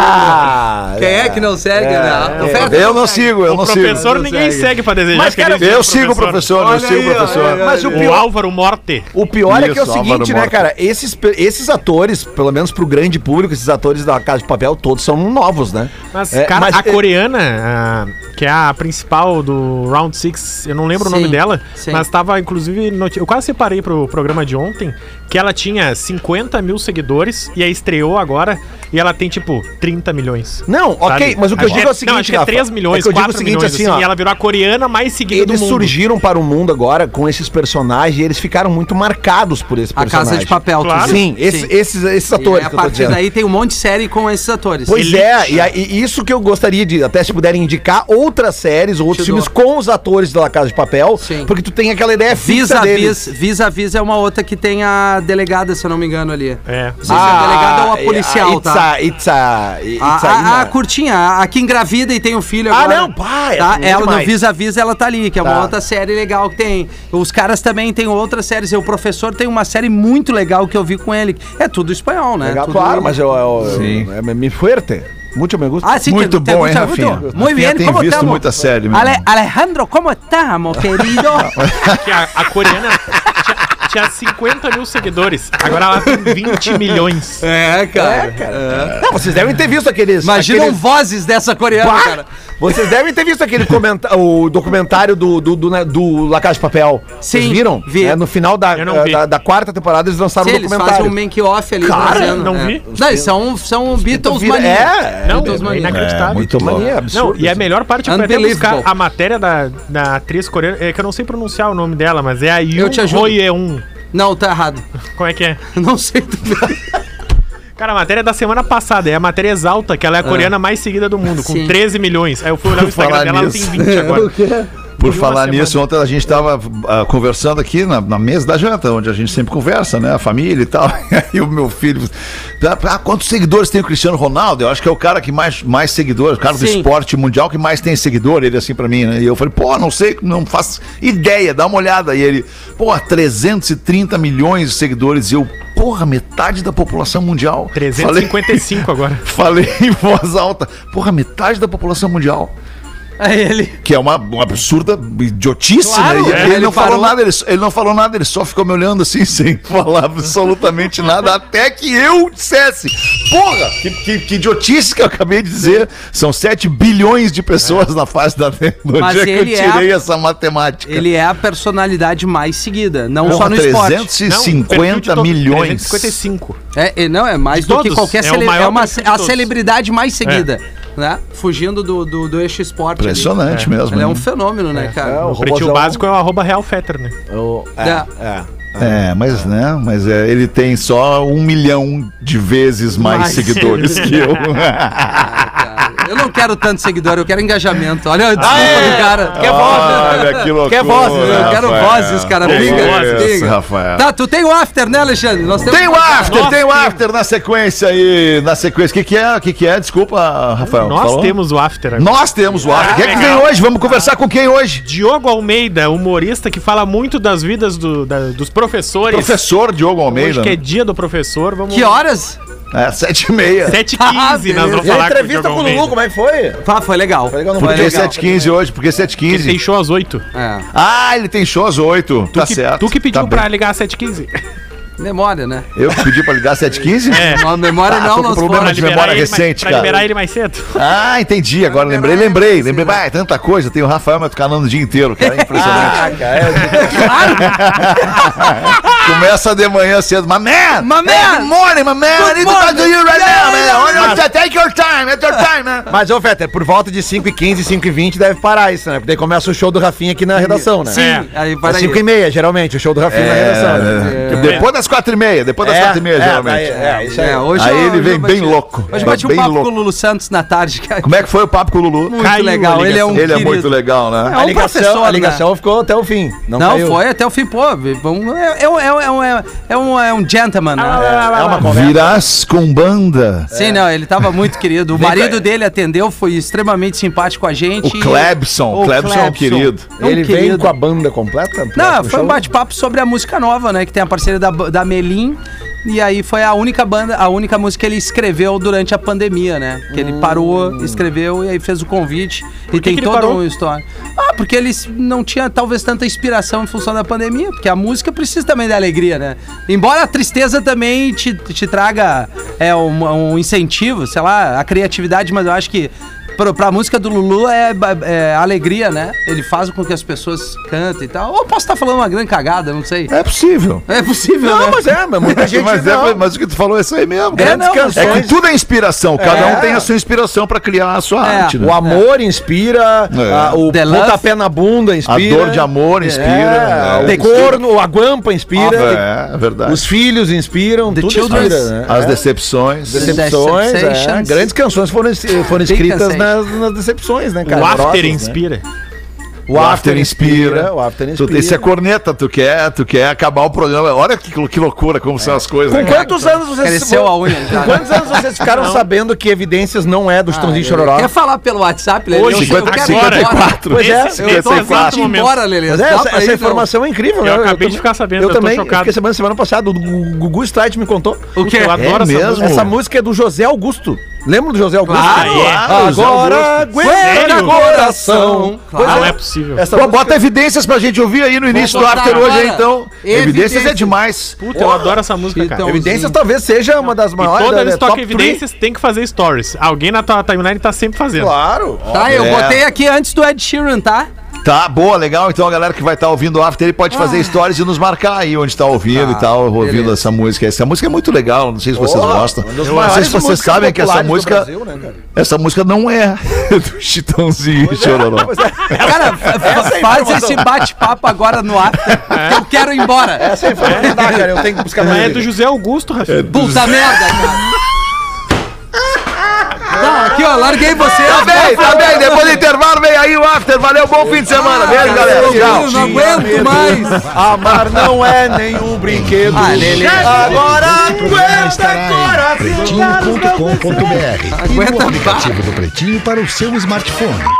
Ah!
Quem é que não segue,
é,
né? Oferta
Eu
não
não
segue.
sigo, eu
o
não
professor
sigo.
ninguém segue, pra desejar.
Mas, cara,
feliz dia
Eu
pro
sigo o professor, eu sigo o
é,
professor.
Mas o
O
pior,
Álvaro Morte.
O pior é que é o
Isso, Álvaro
seguinte, né,
Morta.
cara? Esses, pe- esses atores, pelo menos pro grande público, esses atores da Casa de Papel, todos são novos, né?
Mas,
É,
cara, a
é,
coreana, a- que é a principal do Round Six, eu não lembro o nome
Sim,
dela,
sim.
mas tava, inclusive, noti- eu quase separei pro programa de ontem, que ela tinha 50 mil seguidores e aí estreou agora, e ela tem, tipo, 30 milhões.
Não, ok,
sabe?
mas o que eu
Acho
digo é,
que
o seguinte,
não, acho que é
Rafa,
3 milhões,
é que eu digo
4
o seguinte,
milhões,
assim,
assim,
ó.
e ela virou a coreana mais seguida
Eles
do mundo.
surgiram para o mundo agora com esses personagens e eles ficaram muito marcados por esse
A
personagem.
Casa de Papel, tu
Claro.
viu?
Sim, esse- Esses, esses
E
atores
a
que eu tô
partir
dizendo.
daí tem um monte de série com esses atores.
Pois é, e, aí- e isso que eu gostaria de, até se puderem indicar outras séries, outros
Te dou.
filmes com os atores da La Casa de Papel,
Sim.
porque tu tem aquela ideia fixa deles.
Vis-a-vis, vis-a-vis é uma outra que tem a delegada, se eu não me engano, ali.
É.
Não sei se é a delegada ou a policial,
it's
tá?
Ah,
Ah,
A, it's a, it's
A, a,
Ina.
a curtinha, a, a que engravida e tem um filho
Ah,
agora.
não, pá, é
tá?
ruim
Ela no
demais.
Vis-a-Vis, ela tá ali, que é uma
Tá.
outra série legal que tem. Os caras também têm outras séries. O professor tem uma série muito legal que eu vi com ele. É tudo espanhol, né?
Legal,
Tudo-
claro, mas eu, eu,
Sim.
é me fuerte. Muito me gusta.
Ah, sim,
Muito
tem- tem
bom, hein,
muita-
Rafinha?
muito- Muito
Rafinha
bem,
tem
como
visto
estamos?
muita série, meu irmão.
Alejandro, como estamos, querido?
Que a, a coreana tinha, tinha 50 mil seguidores, agora ela tem 20 milhões.
é, cara.
Não, vocês devem ter visto aqueles.
Imaginam
aqueles-
vozes dessa coreana,
Bah!
cara.
Vocês devem ter visto aquele comenta- o documentário do, do, do, né, do La Casa de Papel. Vocês
Sim,
viram?
vi.
É, no final da,
Eu não vi.
da, da quarta temporada eles lançaram
Sim,
o
eles fazem um
documentário.
make-off ali.
Cara,
trazendo,
não
é.
vi.
Não, eles são, são Beatles
vira-
mania.
é,
Não,
Beatles
é
mania.
inacreditável.
muito
Mania,
Não,
absurdo.
e a melhor parte foi até
Unbelievable.
buscar a matéria da, da atriz coreana, é que eu não sei pronunciar o nome dela, mas é a Yoon
te ajudo.
Ho Yeon.
Não, tá errado.
Como é que é?
Não sei também.
Cara, a matéria é da semana passada, é a matéria exalta, que ela é a coreana mais seguida do mundo, com
Sim.
13 milhões. Aí eu fui olhar o Instagram
Falar
dela, ela tem
nisso.
20 agora.
Por
Por
falar
uma
nisso, ontem a gente estava conversando aqui na, na mesa da janta, onde a gente sempre conversa, né? A família e tal. E aí o meu filho. Ah, quantos seguidores tem o Cristiano Ronaldo? Eu acho que é o cara que mais, mais seguidores, o cara do
Sim.
esporte mundial que mais tem seguidor, ele assim pra mim, né? E eu falei, pô, não sei, não faço ideia, dá uma olhada. E ele, pô, 330 milhões de seguidores. E eu, porra, metade da população mundial. Falei-
355 agora.
Falei em voz alta, porra, metade da população mundial.
É ele.
Que é uma, uma absurda idiotice,
Claro,
né? E
é.
ele,
Ele
não falou
parou.
nada, ele, ele não falou nada, ele só ficou me olhando assim, sem falar absolutamente nada, até que eu dissesse: Porra, que, que- que idiotice que eu acabei de dizer. São 7 bilhões de pessoas na face da Terra. No
É. Mas
dia que eu
ele é
tirei essa matemática.
Ele é a personalidade mais seguida, não é
Porra,
só no esporte.
350 milhões.
355.
É, é, não, é mais
De
do que
todos,
qualquer
é o
celebridade.
maior
É uma,
perfil de
a
todos. É.
celebridade mais seguida. né? Fugindo do, do, do eixo esporte. ali.
Impressionante
É.
mesmo.
Ele
né?
é um fenômeno, né, cara?
É,
O pretinho
Robozão.
básico é o arroba Real Fetter, né?
O-
É.
é.
É, mas né, mas é, ele tem só um milhão de vezes mais,
Mais.
seguidores que eu.
Cara, Eu não quero tanto seguidor, eu quero engajamento. Olha a desculpa do cara.
Quer voz? né? Olha que loucura.
Quer vozes, eu quero
Rafael.
vozes, cara.
Que
Pinga,
isso,
pinga.
Rafael.
Tá, tu tem o after, né, Alexandre? Nós temos
Tem o
que-
after,
Nós
tem o after na sequência aí, na sequência. O que, que é? O que, que é? Desculpa, Rafael.
Nós
falou?
temos Ah, o After agora.
Nós temos o after. Quem é que vem hoje? Vamos conversar com quem hoje?
Diogo Almeida, humorista que fala muito das vidas do- da- dos professores.
Professor Diogo Almeida.
Hoje que é
né?
dia do professor, vamos...
Que horas?
É, sete e meia.
7h15 nós vamos
E a
falar
Entrevista com o
Almeida.
Lulu, como é que foi?
Ah, foi legal.
Foi legal, não
foi
Por que
legal.
7h15 hoje? é Por que 7h15?
Ele tem show às 8
É.
Ah, ele tem show às 8. Tá
tu que,
certo.
Tu que pediu
tá
pra
bem.
ligar às 7h15.
Memória, né?
Eu que pedi pra ligar às 7h15?
É.
Não, memória
Ah, tô
não,
com
nós
problema
fomos.
de- memória recente,
mais, pra
cara.
liberar ele mais cedo.
Ah, entendi. Agora lembrei, lembrei, lembrei. Vai, tanta coisa. Tem o Rafael me canando o dia inteiro, cara. É impressionante.
Ah, cara,
Começa de manhã cedo. My man!
My man!
Hey, good morning, my man! I need to talk to you right now,
né?
man! Olha, é Take your time, take your time, man!
Mas, ô, Fetter, por volta de 5h15, 5h20 deve parar isso, né? Porque daí começa o show do Rafinha aqui na redação, né?
Sim,
É.
aí
É
para aí.
5h30, geralmente, o show do Rafinha na redação. né?
É, Depois das quatro e meia, depois das
É,
quatro e meia,
é,
geralmente.
daí- é, isso aí.
É, hoje
Aí
eu-
ele
hoje
vem
eu
bem
bati-
louco.
Hoje eu
Vai
bati um
bem
papo
louco.
com o Lulu Santos na tarde, cara.
Como é que foi o papo com o Lulu?
Muito
Caiu a
legal. Ele é um
ligação.
Ele é
querido.
muito legal,
É
né?
um
A ligação,
professor,
a ligação ficou até o fim. Não,
Não,
caiu.
foi até o fim, pô. Vamos, é, é, é, um- é, um- é um, é um gentleman, né?
Ah,
É uma conversa.
Virás com banda.
Sim, não, ele tava muito querido. O marido dele atendeu, foi extremamente simpático com a gente.
O Klebson,
O
Klebson é um querido.
É um
Ele veio
querido.
com a banda completa? pro
Não,
próximo
foi um
show?
bate-papo sobre a música nova, né? Que tem a parceria da, da Melim. E aí foi a única banda, a única música que ele escreveu durante a pandemia, né? Que ele parou, escreveu e aí fez o convite. e tem
Hum. que ele
toda
parou?
uma história. Ah, porque ele s- não tinha talvez tanta inspiração em função da pandemia, porque a música precisa também da alegria, né? Embora a tristeza também te, te traga é, um, um incentivo, sei lá, a criatividade, mas eu acho que pro- pra música do Lulu é, ba- é alegria, né? Ele faz com que as pessoas cantem e tal. Ou posso estar falando uma grande cagada, não sei.
É possível.
É possível,
Não,
né?
mas é, mas muita gente
mas,
não.
é, mas o que tu falou é isso aí mesmo.
É,
cara.
não, mas-
É que tudo é inspiração. Cada
É.
um tem a sua inspiração pra criar a sua
É.
arte. né?
O amor inspira,
É.
a- o
The love.
pontapé na bunda
A
inspira.
dor de amor inspira.
É,
né?
O corno, a guampa inspira.
É, é verdade.
Os filhos inspiram.
The
tudo
children's-
inspira, né?
As decepções.
Decepções,
The
é.
Sensations.
grandes canções foram, foram escritas
Sensations.
nas, nas decepções, né, cara?
o After
Horrorosas, né?
inspira.
O after inspira.
O after
Tu tem que ser
inspira.
corneta, tu quer, tu quer acabar o programa. Olha que, que loucura como são as coisas. né,
Com é
cara?
quantos anos vocês
Cresceu a unha.
Com quantos anos é? vocês ficaram sabendo que evidências não é do
Ah,
Chitãozinho e Chororó?
Quer falar pelo WhatsApp, Lelê?
Hoje,
eu, eu quero ir embora.
54.
Pois é,
Nesse-
eu
nesse
tô
exato
exato
ir
momento.
embora, Lelê.
Mas
Dá
é, essa,
pra ir,
essa
não?
informação é incrível,
Eu
né?
acabei
também-
de ficar sabendo,
Eu,
eu tô
também,
chocado.
fiquei sabendo semana passada, o Gu- Gugu Streit me contou.
O quê?
Eu adoro essa
mesmo?
música.
Essa música é do José Augusto. Lembra do José Augusto? Ah,
Claro,
claro, José
Agora
Augusto.
aguenta meu
Sério?
é coração.
Claro.
Não é possível.
Essa
Pô,
música-
bota evidências pra gente ouvir aí no início do
botar
after hoje, aí,
agora.
então. Evidências é demais.
Puta, eu adoro essa música, cara.
Então,
Evidências
Sim.
talvez seja uma das
E
é um maiores.
toda
da-
vez que
da
toca
top
evidências, tem que fazer stories. Alguém na tua timeline tá sempre
three.
fazendo.
Claro.
Tá, eu
É.
botei aqui antes do Ed Sheeran, tá?
Tá, boa, legal. Então a galera que vai estar ouvindo o after aí pode fazer stories e nos marcar aí onde Ah. tá ouvindo e tal, ouvindo
beleza.
essa música. Essa música é muito legal, não sei se vocês gostam. Não sei
maiores
se vocês
músicas
sabem que essa
populares do
música,
Brasil, né, cara?
essa música não é do Chitãozinho e Chororó.
é
Cara, fa- faz esse bate-papo agora no ar. Eu quero ir embora.
Essa é informação, tá, cara? É Eu tenho que buscar
Mas
minha
é do
vida.
José Augusto, Rafinha.
Puta merda, cara. Não, aqui, ó, larguei você.
Tá bem, tá bem. Depois do intervalo vem aí o after. Ah, Valeu, bom fim de semana. Beijo, galera. Tchau.
Eu não aguento mais.
Amar não é nenhum brinquedo.
Ah, Lelê.
Agora
Esse programa estará em pretinho.com.br e
Aguenta
no aplicativo do Pretinho para o seu smartphone.